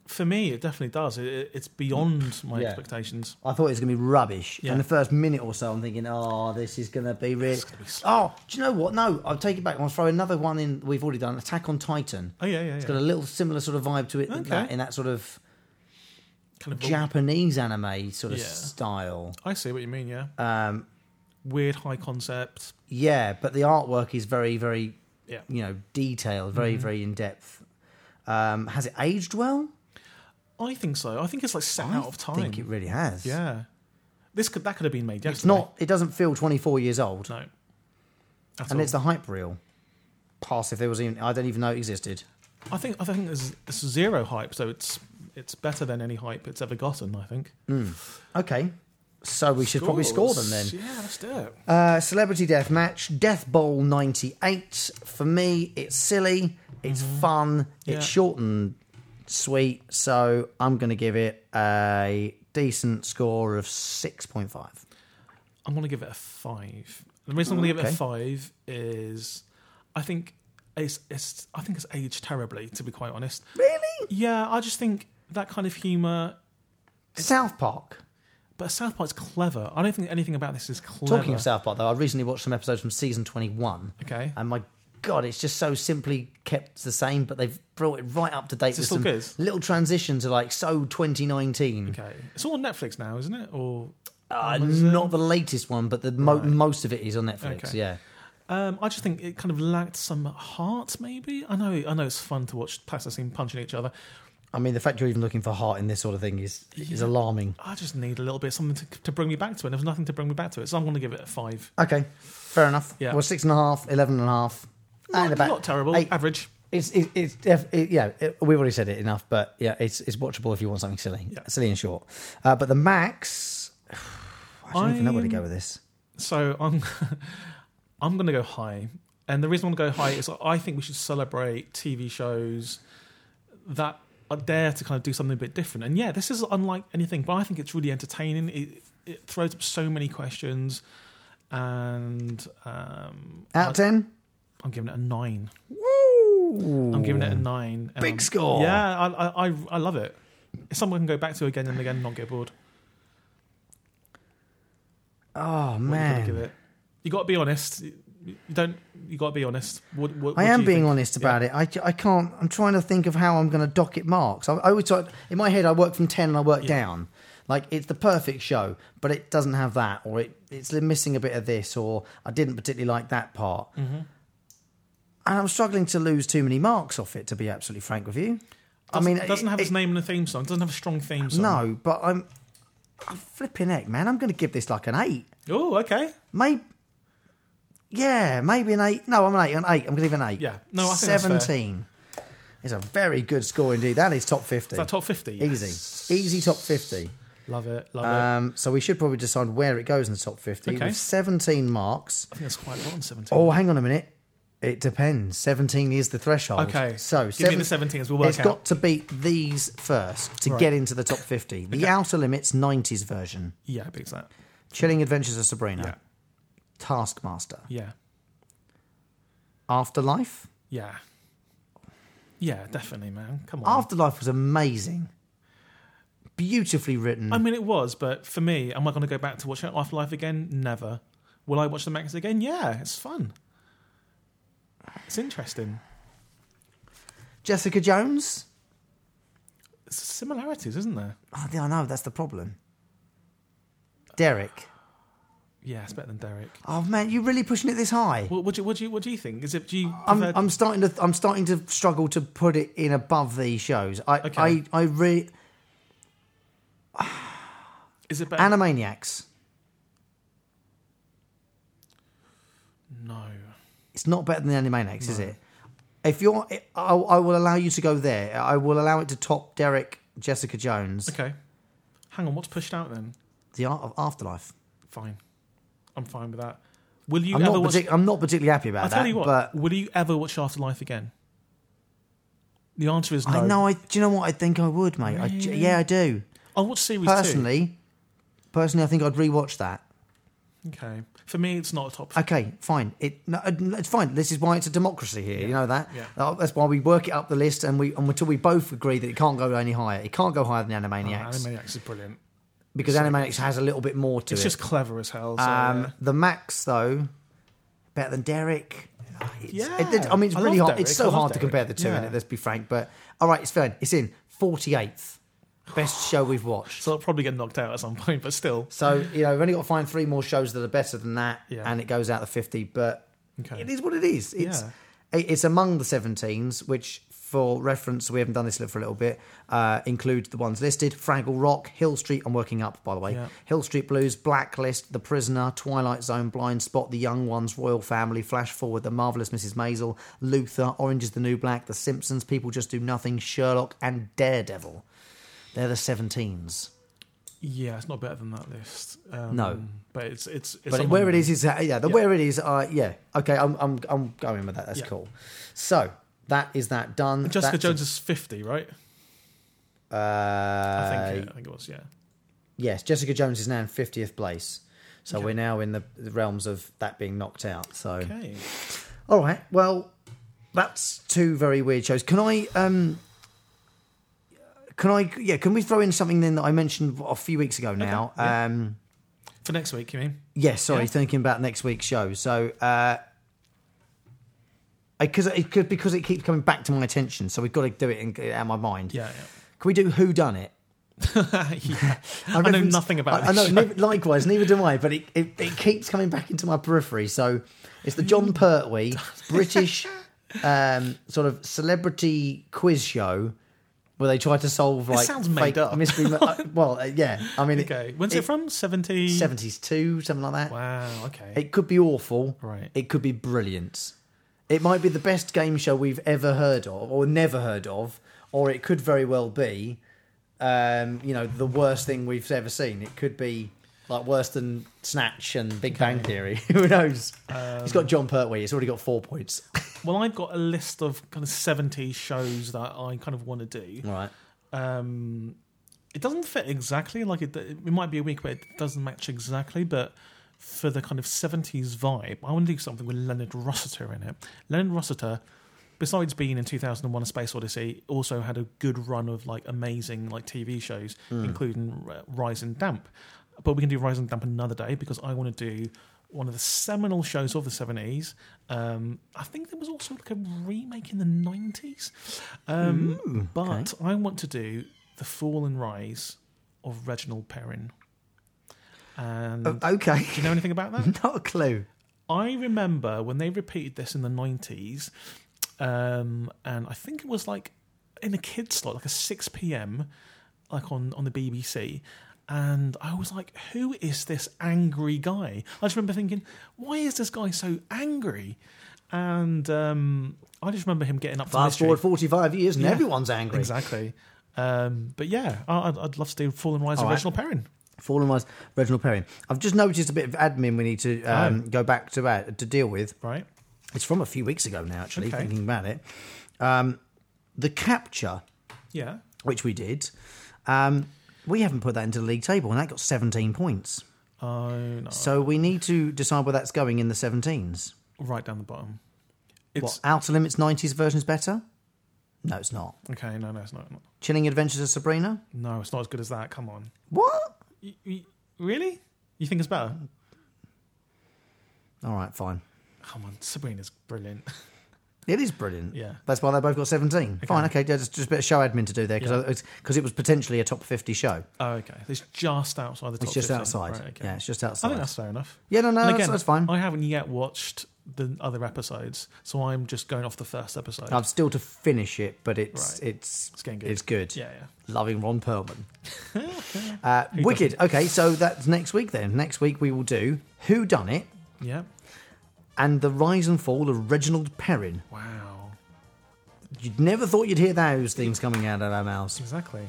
C: for me, it definitely does. It- It, it's beyond my
B: Yeah.
C: expectations.
B: I thought it was going to be rubbish.
C: Yeah.
B: And the first minute or so, I'm thinking, oh, this is going to be really. oh, do you know what? No, I'll take it back. I'll throw another one in. We've already done Attack on Titan.
C: Oh yeah, yeah, yeah.
B: It's got a little similar sort of vibe to it in,
C: Okay.
B: that, in that sort of
C: kind of
B: Japanese anime sort of
C: Yeah.
B: style.
C: I see what you mean. Yeah. Um, Weird high concept.
B: Yeah, but the artwork is very, very,
C: Yeah.
B: you know, detailed, very,
C: Mm-hmm.
B: very in depth. Um, has it aged well?
C: I think so. I think it's like set out of time.
B: I think it really has.
C: yeah. This could that could have been made yesterday.
B: It's not, it doesn't feel 24 years old.
C: No. At
B: and
C: all.
B: it's the hype reel. Pass if there was even, I don't even know it existed.
C: I think I think there's, there's zero hype, so it's it's better than any hype it's ever gotten. I think.
B: Okay. So we should probably score them then.
C: Yeah, let's do it.
B: Uh, Celebrity Death Match, Death Bowl 98. For me, it's silly, it's fun,
C: Mm-hmm. Yeah.
B: it's short and sweet. So I'm going to give it a decent score of 6.5.
C: I'm gonna give it a five. The reason I'm gonna give it
B: okay.
C: a five is, I think it's it's I think it's aged terribly. To be quite honest.
B: Really?
C: Yeah, I just think that kind of humour.
B: South Park.
C: But South Park's clever. I don't think anything about this is clever.
B: Talking of South Um, Park, though, I recently watched some episodes from season 21.
C: Okay.
B: And my God, it's just so simply kept the same, but they've brought it right up to date
C: it
B: with
C: still
B: some
C: good?
B: little transition to like so 2019.
C: okay, it's all on Netflix now, isn't it? Or
B: Uh,
C: Amazon?
B: not the latest one, but the mo- most of it is on Netflix.
C: Okay.
B: Yeah.
C: Um, I just think it kind of lacked some heart, maybe. I know, I know, it's fun to watch players scene punching each other.
B: I mean, the fact you're even looking for heart in this sort of thing is is alarming.
C: I just need a little bit of something to, to bring me back to it. There's nothing to bring me back to it, so I'm going to give it a five.
B: Okay, fair enough.
C: Yeah.
B: Well, six and a half, eleven and a half.
C: Not,
B: and about
C: not terrible,
B: eight.
C: average.
B: It's it, it's def- it, yeah. It, we've already said it enough, but yeah, it's it's watchable if you want something silly, silly and short. Uh, but the max, I don't even know where to go with this.
C: So I'm, I'm going to go high, and the reason I'm going to go high is I think we should celebrate TV shows that are there to kind of do something a bit different. And yeah, this is unlike anything, but I think it's really entertaining. It, it throws up so many questions, and um,
B: Out of ten,
C: I'm giving it a nine.
B: woo!
C: I'm giving it a nine. and
B: Big
C: I'm-
B: score.
C: Yeah, I, I I I love it. It's something I can go back to again and again and not get bored.
B: Oh
C: What you gotta
B: man,
C: give it. You got to be honest. You you don't. You got to be honest. What, what,
B: I am being honest about it. I, ju- I can't. I'm trying to think of how I'm going to dock it marks. I, I always thought in my head I work from ten and I work down. Like it's the perfect show, but it doesn't have that, or it it's missing a bit of this, or I didn't particularly like that part.
C: Mm-hmm.
B: And I'm struggling to lose too many marks off it, to be absolutely frank with you. I mean,
C: it doesn't have
B: it-
C: its name in the theme song. Doesn't have a strong theme song.
B: No, but I'm, I'm flipping heck, man. I'm going to give this like an eight.
C: Oh, okay.
B: Maybe, yeah, maybe an eight. No, I'm an eight. An eight. I'm going to give it an eight.
C: Yeah. No, I think that's fair.
B: seventeen. Is a very good score indeed. That is top fifty.
C: Is that top fifty?
B: easy,
C: Yes.
B: easy top fifty.
C: Love it. Love it.
B: Um, so we should probably decide where it goes in the top fifty.
C: Okay.
B: With seventeen marks.
C: I think that's quite a lot on seventeen.
B: Oh, hang on a minute. It depends. 17 is the threshold.
C: Okay.
B: So
C: Give me the 17 as we'll work
B: It's
C: out.
B: got to beat these first to
C: Right.
B: get into the top 50. The Outer Limits 90s version.
C: Yeah, it beats that.
B: Chilling Adventures of Sabrina.
C: Yeah.
B: Taskmaster.
C: Yeah.
B: Afterlife.
C: Yeah. Yeah, definitely, man. Come on.
B: Afterlife was amazing. Beautifully written.
C: I mean, it was, but for me, am I going to go back to watch Afterlife again? Never. Will I watch the Max again? Yeah, it's fun. It's interesting.
B: Jessica Jones.
C: It's similarities, isn't there?
B: Oh, I know, that's the problem. Derek.
C: Yeah, it's better than Derek.
B: Oh man, you're really pushing it this high.
C: What, what do you what do you what do you think? Is it do you?
B: I'm,
C: prefer-
B: I'm starting to I'm starting to struggle to put it in above these shows. I
C: Okay.
B: I I re
C: is it better?
B: Animaniacs.
C: no.
B: It's not better than Animaniacs, is it? If you're, I, I will allow you to go there. I will allow it to top Derek, Jessica Jones,
C: Okay. Hang on. What's pushed out then?
B: The Art of Afterlife.
C: Fine. I'm fine with that. Will you
B: I'm
C: ever
B: not,
C: watch?
B: partic- I'm not particularly happy about
C: I
B: that.
C: tell you what.
B: but
C: will you ever watch Afterlife again? The answer is no.
B: I know. I do you know what? I think I would, mate. I, j- yeah, I do.
C: I'll watch series
B: Personally, personally, I think I'd rewatch that.
C: two. Okay. For me, it's not a top.
B: Okay, fine. It no, uh, it's fine. This is why it's a democracy here. You know that.
C: Yeah.
B: Uh, That's why we work it up the list, and we and until we both agree that it can't go any higher. It can't go higher than Animaniacs
C: Uh, Animaniacs is brilliant.
B: because Animaniacs has a little bit more to
C: It's
B: it.
C: just uh, clever as hell. So,
B: Um,
C: yeah.
B: The Max though, better than Derek. It's-
C: Yeah.
B: it- I mean it's
C: I
B: really
C: love
B: hard. It's
C: Derek.
B: so
C: I love
B: hard to
C: Derek.
B: compare the two,
C: Yeah.
B: innit? Let's be frank. But all right, it's fine. It's in forty eighth best show we've watched.
C: So I'll probably get knocked out at some point, but still.
B: So you know we've only got to find three more shows that are better than that,
C: Yeah.
B: and it goes out the fifty. But
C: Okay.
B: it is what it is. It's it- it's among the seventeens, which for reference we haven't done this for a little bit. Uh, include the ones listed: Fraggle Rock, Hill Street. I'm working up, by the way.
C: Yeah.
B: Hill Street Blues, Blacklist, The Prisoner, Twilight Zone, Blind Spot, The Young Ones, Royal Family, Flash Forward, The Marvelous Mrs. Maisel, Luther, Orange Is the New Black, The Simpsons, People Just Do Nothing, Sherlock, and Daredevil. They're the seventeens.
C: Yeah, it's not better than that list. Um,
B: No.
C: but it's it's, it's
B: But
C: among
B: where it
C: them.
B: is is that, yeah, the
C: Yeah.
B: where it is, uh, yeah. Okay, I'm, I'm I'm going with that. That's
C: Yeah.
B: cool. So that is that done.
C: Jessica
B: That's-
C: Jones is fifty, right?
B: Uh,
C: I think I think it was. Yeah,
B: yes, Jessica Jones is now in fiftieth place. So we're now in the, the realms of that being knocked out. So
C: okay.
B: all right, well, that's two very weird shows. Can I um. Can I? Yeah. Can we throw in something then that I mentioned a few weeks ago now?
C: yeah.
B: Um,
C: For next week, you mean?
B: Yes, sorry,
C: Yeah.
B: thinking about next week's show. So, uh, because it could because it keeps coming back to my attention, so we've got to do it and get it out of my mind.
C: Yeah,
B: Can we do Who Done It?
C: yeah. yeah. I, know
B: reference-
C: nothing about.
B: I, I know.
C: this show.
B: neither- likewise, neither do I. But it, it, it keeps coming back into my periphery. So it's the John Pertwee British um, sort of celebrity quiz show where they try to solve like
C: sounds made
B: fake
C: up.
B: mystery. uh, well, uh, yeah. I mean,
C: Okay, when's it, from? Seventy.
B: Seventies two, something like that.
C: Wow. Okay.
B: It could be awful.
C: Right.
B: It could be brilliant. It might be the best game show we've ever heard of, or never heard of, or it could very well be, um, you know, the worst thing we've ever seen. It could be like worse than Snatch and Big Bang Theory. Who knows? He's got John Pertwee. He's already got four points.
C: Well, I've got a list of kind of seventy shows that I kind of want to do.
B: All right.
C: um, it doesn't fit exactly. Like it, it might be a week where it doesn't match exactly, but for the kind of seventies vibe, I want to do something with Leonard Rossiter in it. Leonard Rossiter, besides being in two thousand and one: A Space Odyssey, also had a good run of like amazing like TV shows, including uh, Rise and Damp. But we can do Rise and Damp another day because I want to do one of the seminal shows of the 70s. Um, I think there was also like a remake in the 90s. Um, but I want to do the fall and rise of Reginald Perrin. And
B: Oh.
C: do
B: Okay.
C: you know anything about that?
B: Not a clue.
C: I remember when they repeated this in the nineties, um, and I think it was like in a kid's slot, like a six PM, like on on the BBC. And I was like, "Who is this angry guy?" I just remember thinking, "Why is this guy so angry?" And um, I just remember him getting up. to
B: Fast
C: mystery.
B: forward 45 years and
C: Yeah.
B: everyone's angry.
C: Exactly. Um, but yeah, I- I'd, I'd love to do Fall and Rise
B: All
C: of
B: right.
C: Reginald Perrin.
B: Fallen Rise, Reginald Perrin. I've just noticed a bit of admin we need to um,
C: Oh.
B: go back to uh, to deal with.
C: Right.
B: It's from a few weeks ago now, actually,
C: Okay.
B: thinking about it. Um, the capture,
C: Yeah.
B: which we did, um, we haven't put that into the league table, and that got 17 points.
C: Oh no.
B: So we need to decide where that's going in the 17s.
C: Right down the bottom.
B: What,
C: It's
B: Outer Limits 90s version is better? No, it's not.
C: okay. No, no, it's not, not.
B: Chilling Adventures of Sabrina?
C: No, it's not as good as that. Come on.
B: What?
C: Y- y- really? You think it's better?
B: All right, fine.
C: Come on, Sabrina's brilliant.
B: It is brilliant.
C: Yeah.
B: That's why they both got 17. Fine, okay, yeah, just, just a bit of show admin to do there
C: Yeah.
B: because it was potentially a top 50 show.
C: Oh, okay. It's just outside the top.
B: It's just
C: 15.
B: outside.
C: Right, okay.
B: Yeah, it's just outside.
C: I think that's fair enough.
B: Yeah, no, no,
C: And
B: that's- that's fine.
C: I haven't yet watched the other episodes, so I'm just going off the first episode.
B: I've still to finish it, but it's
C: Right.
B: it's
C: It's getting good.
B: It's good.
C: yeah, yeah.
B: Loving Ron Perlman. uh, wicked. Okay, so that's next week then. Next week we will do Who Done It
C: Yeah.
B: and the rise and fall of Reginald Perrin.
C: Wow.
B: You'd never thought you'd hear those things coming out of our mouths.
C: Exactly.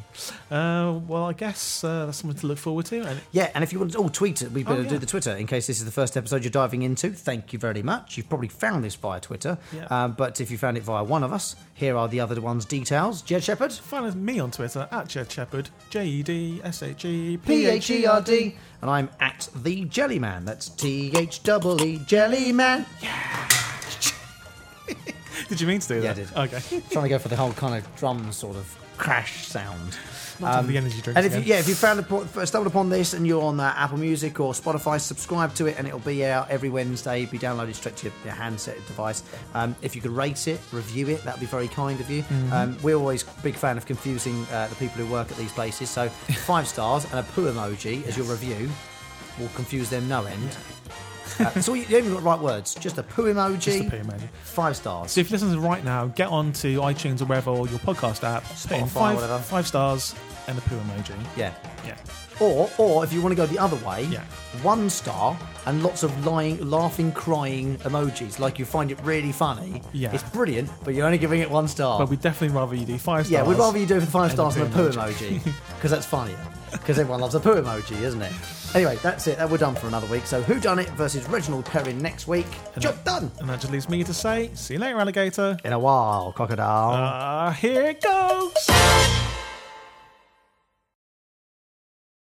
C: Uh, well, I guess uh, that's something to look forward to. And
B: Yeah, and if you want to, oh, tweet it. We better
C: yeah.
B: do the Twitter in case this is the first episode you're diving into. Thank you very much. You've probably found this via Twitter.
C: Yeah.
B: Uh, but if you found it via one of us, here are the other one's details. Jed Shepherd.
C: find me on Twitter at Jed Shepherd. J E D S H E
B: P H E R D. And I'm at the Jellyman. That's T H double E Jellyman.
C: Did you mean to do
B: Yeah,
C: that?
B: I
C: Okay.
B: Trying to go for the whole kind of drum sort of crash sound.
C: Not um, the energy drink.
B: And if you, yeah, if you found upon, stumbled upon this and you're on uh, Apple Music or Spotify, subscribe to it and it'll be out every Wednesday. Be downloaded straight to your, your handset device. Um, if you could rate it, review it, that'd be very kind of you.
C: Mm-hmm.
B: Um, we're always big fan of confusing uh, the people who work at these places. So five stars and a poo emoji as your review will confuse them no end. Uh, so you, you haven't got the right words, just a poo emoji.
C: Just a poo emoji.
B: Five stars.
C: So if you listen to this right now, get on to iTunes or wherever or your podcast app. put in
B: Spotify,
C: five,
B: whatever.
C: five stars and a poo emoji.
B: yeah.
C: Yeah.
B: Or, or if you want to go the other way,
C: Yeah.
B: one star and lots of lying, laughing, crying emojis. Like you find it really funny.
C: Yeah.
B: It's brilliant, but you're only giving it one star.
C: But we'd definitely rather you do five
B: yeah,
C: stars.
B: we'd rather you do it for five
C: And a
B: stars than a poo
C: poo
B: emoji because that's funnier. Because everyone loves a poo emoji, isn't it? Anyway, that's it. That we're done for another week. So, who done it versus Reginald Perrin next week? Job done.
C: And that just leaves me to say, see you later, alligator.
B: In a while, crocodile.
C: Uh, here it goes.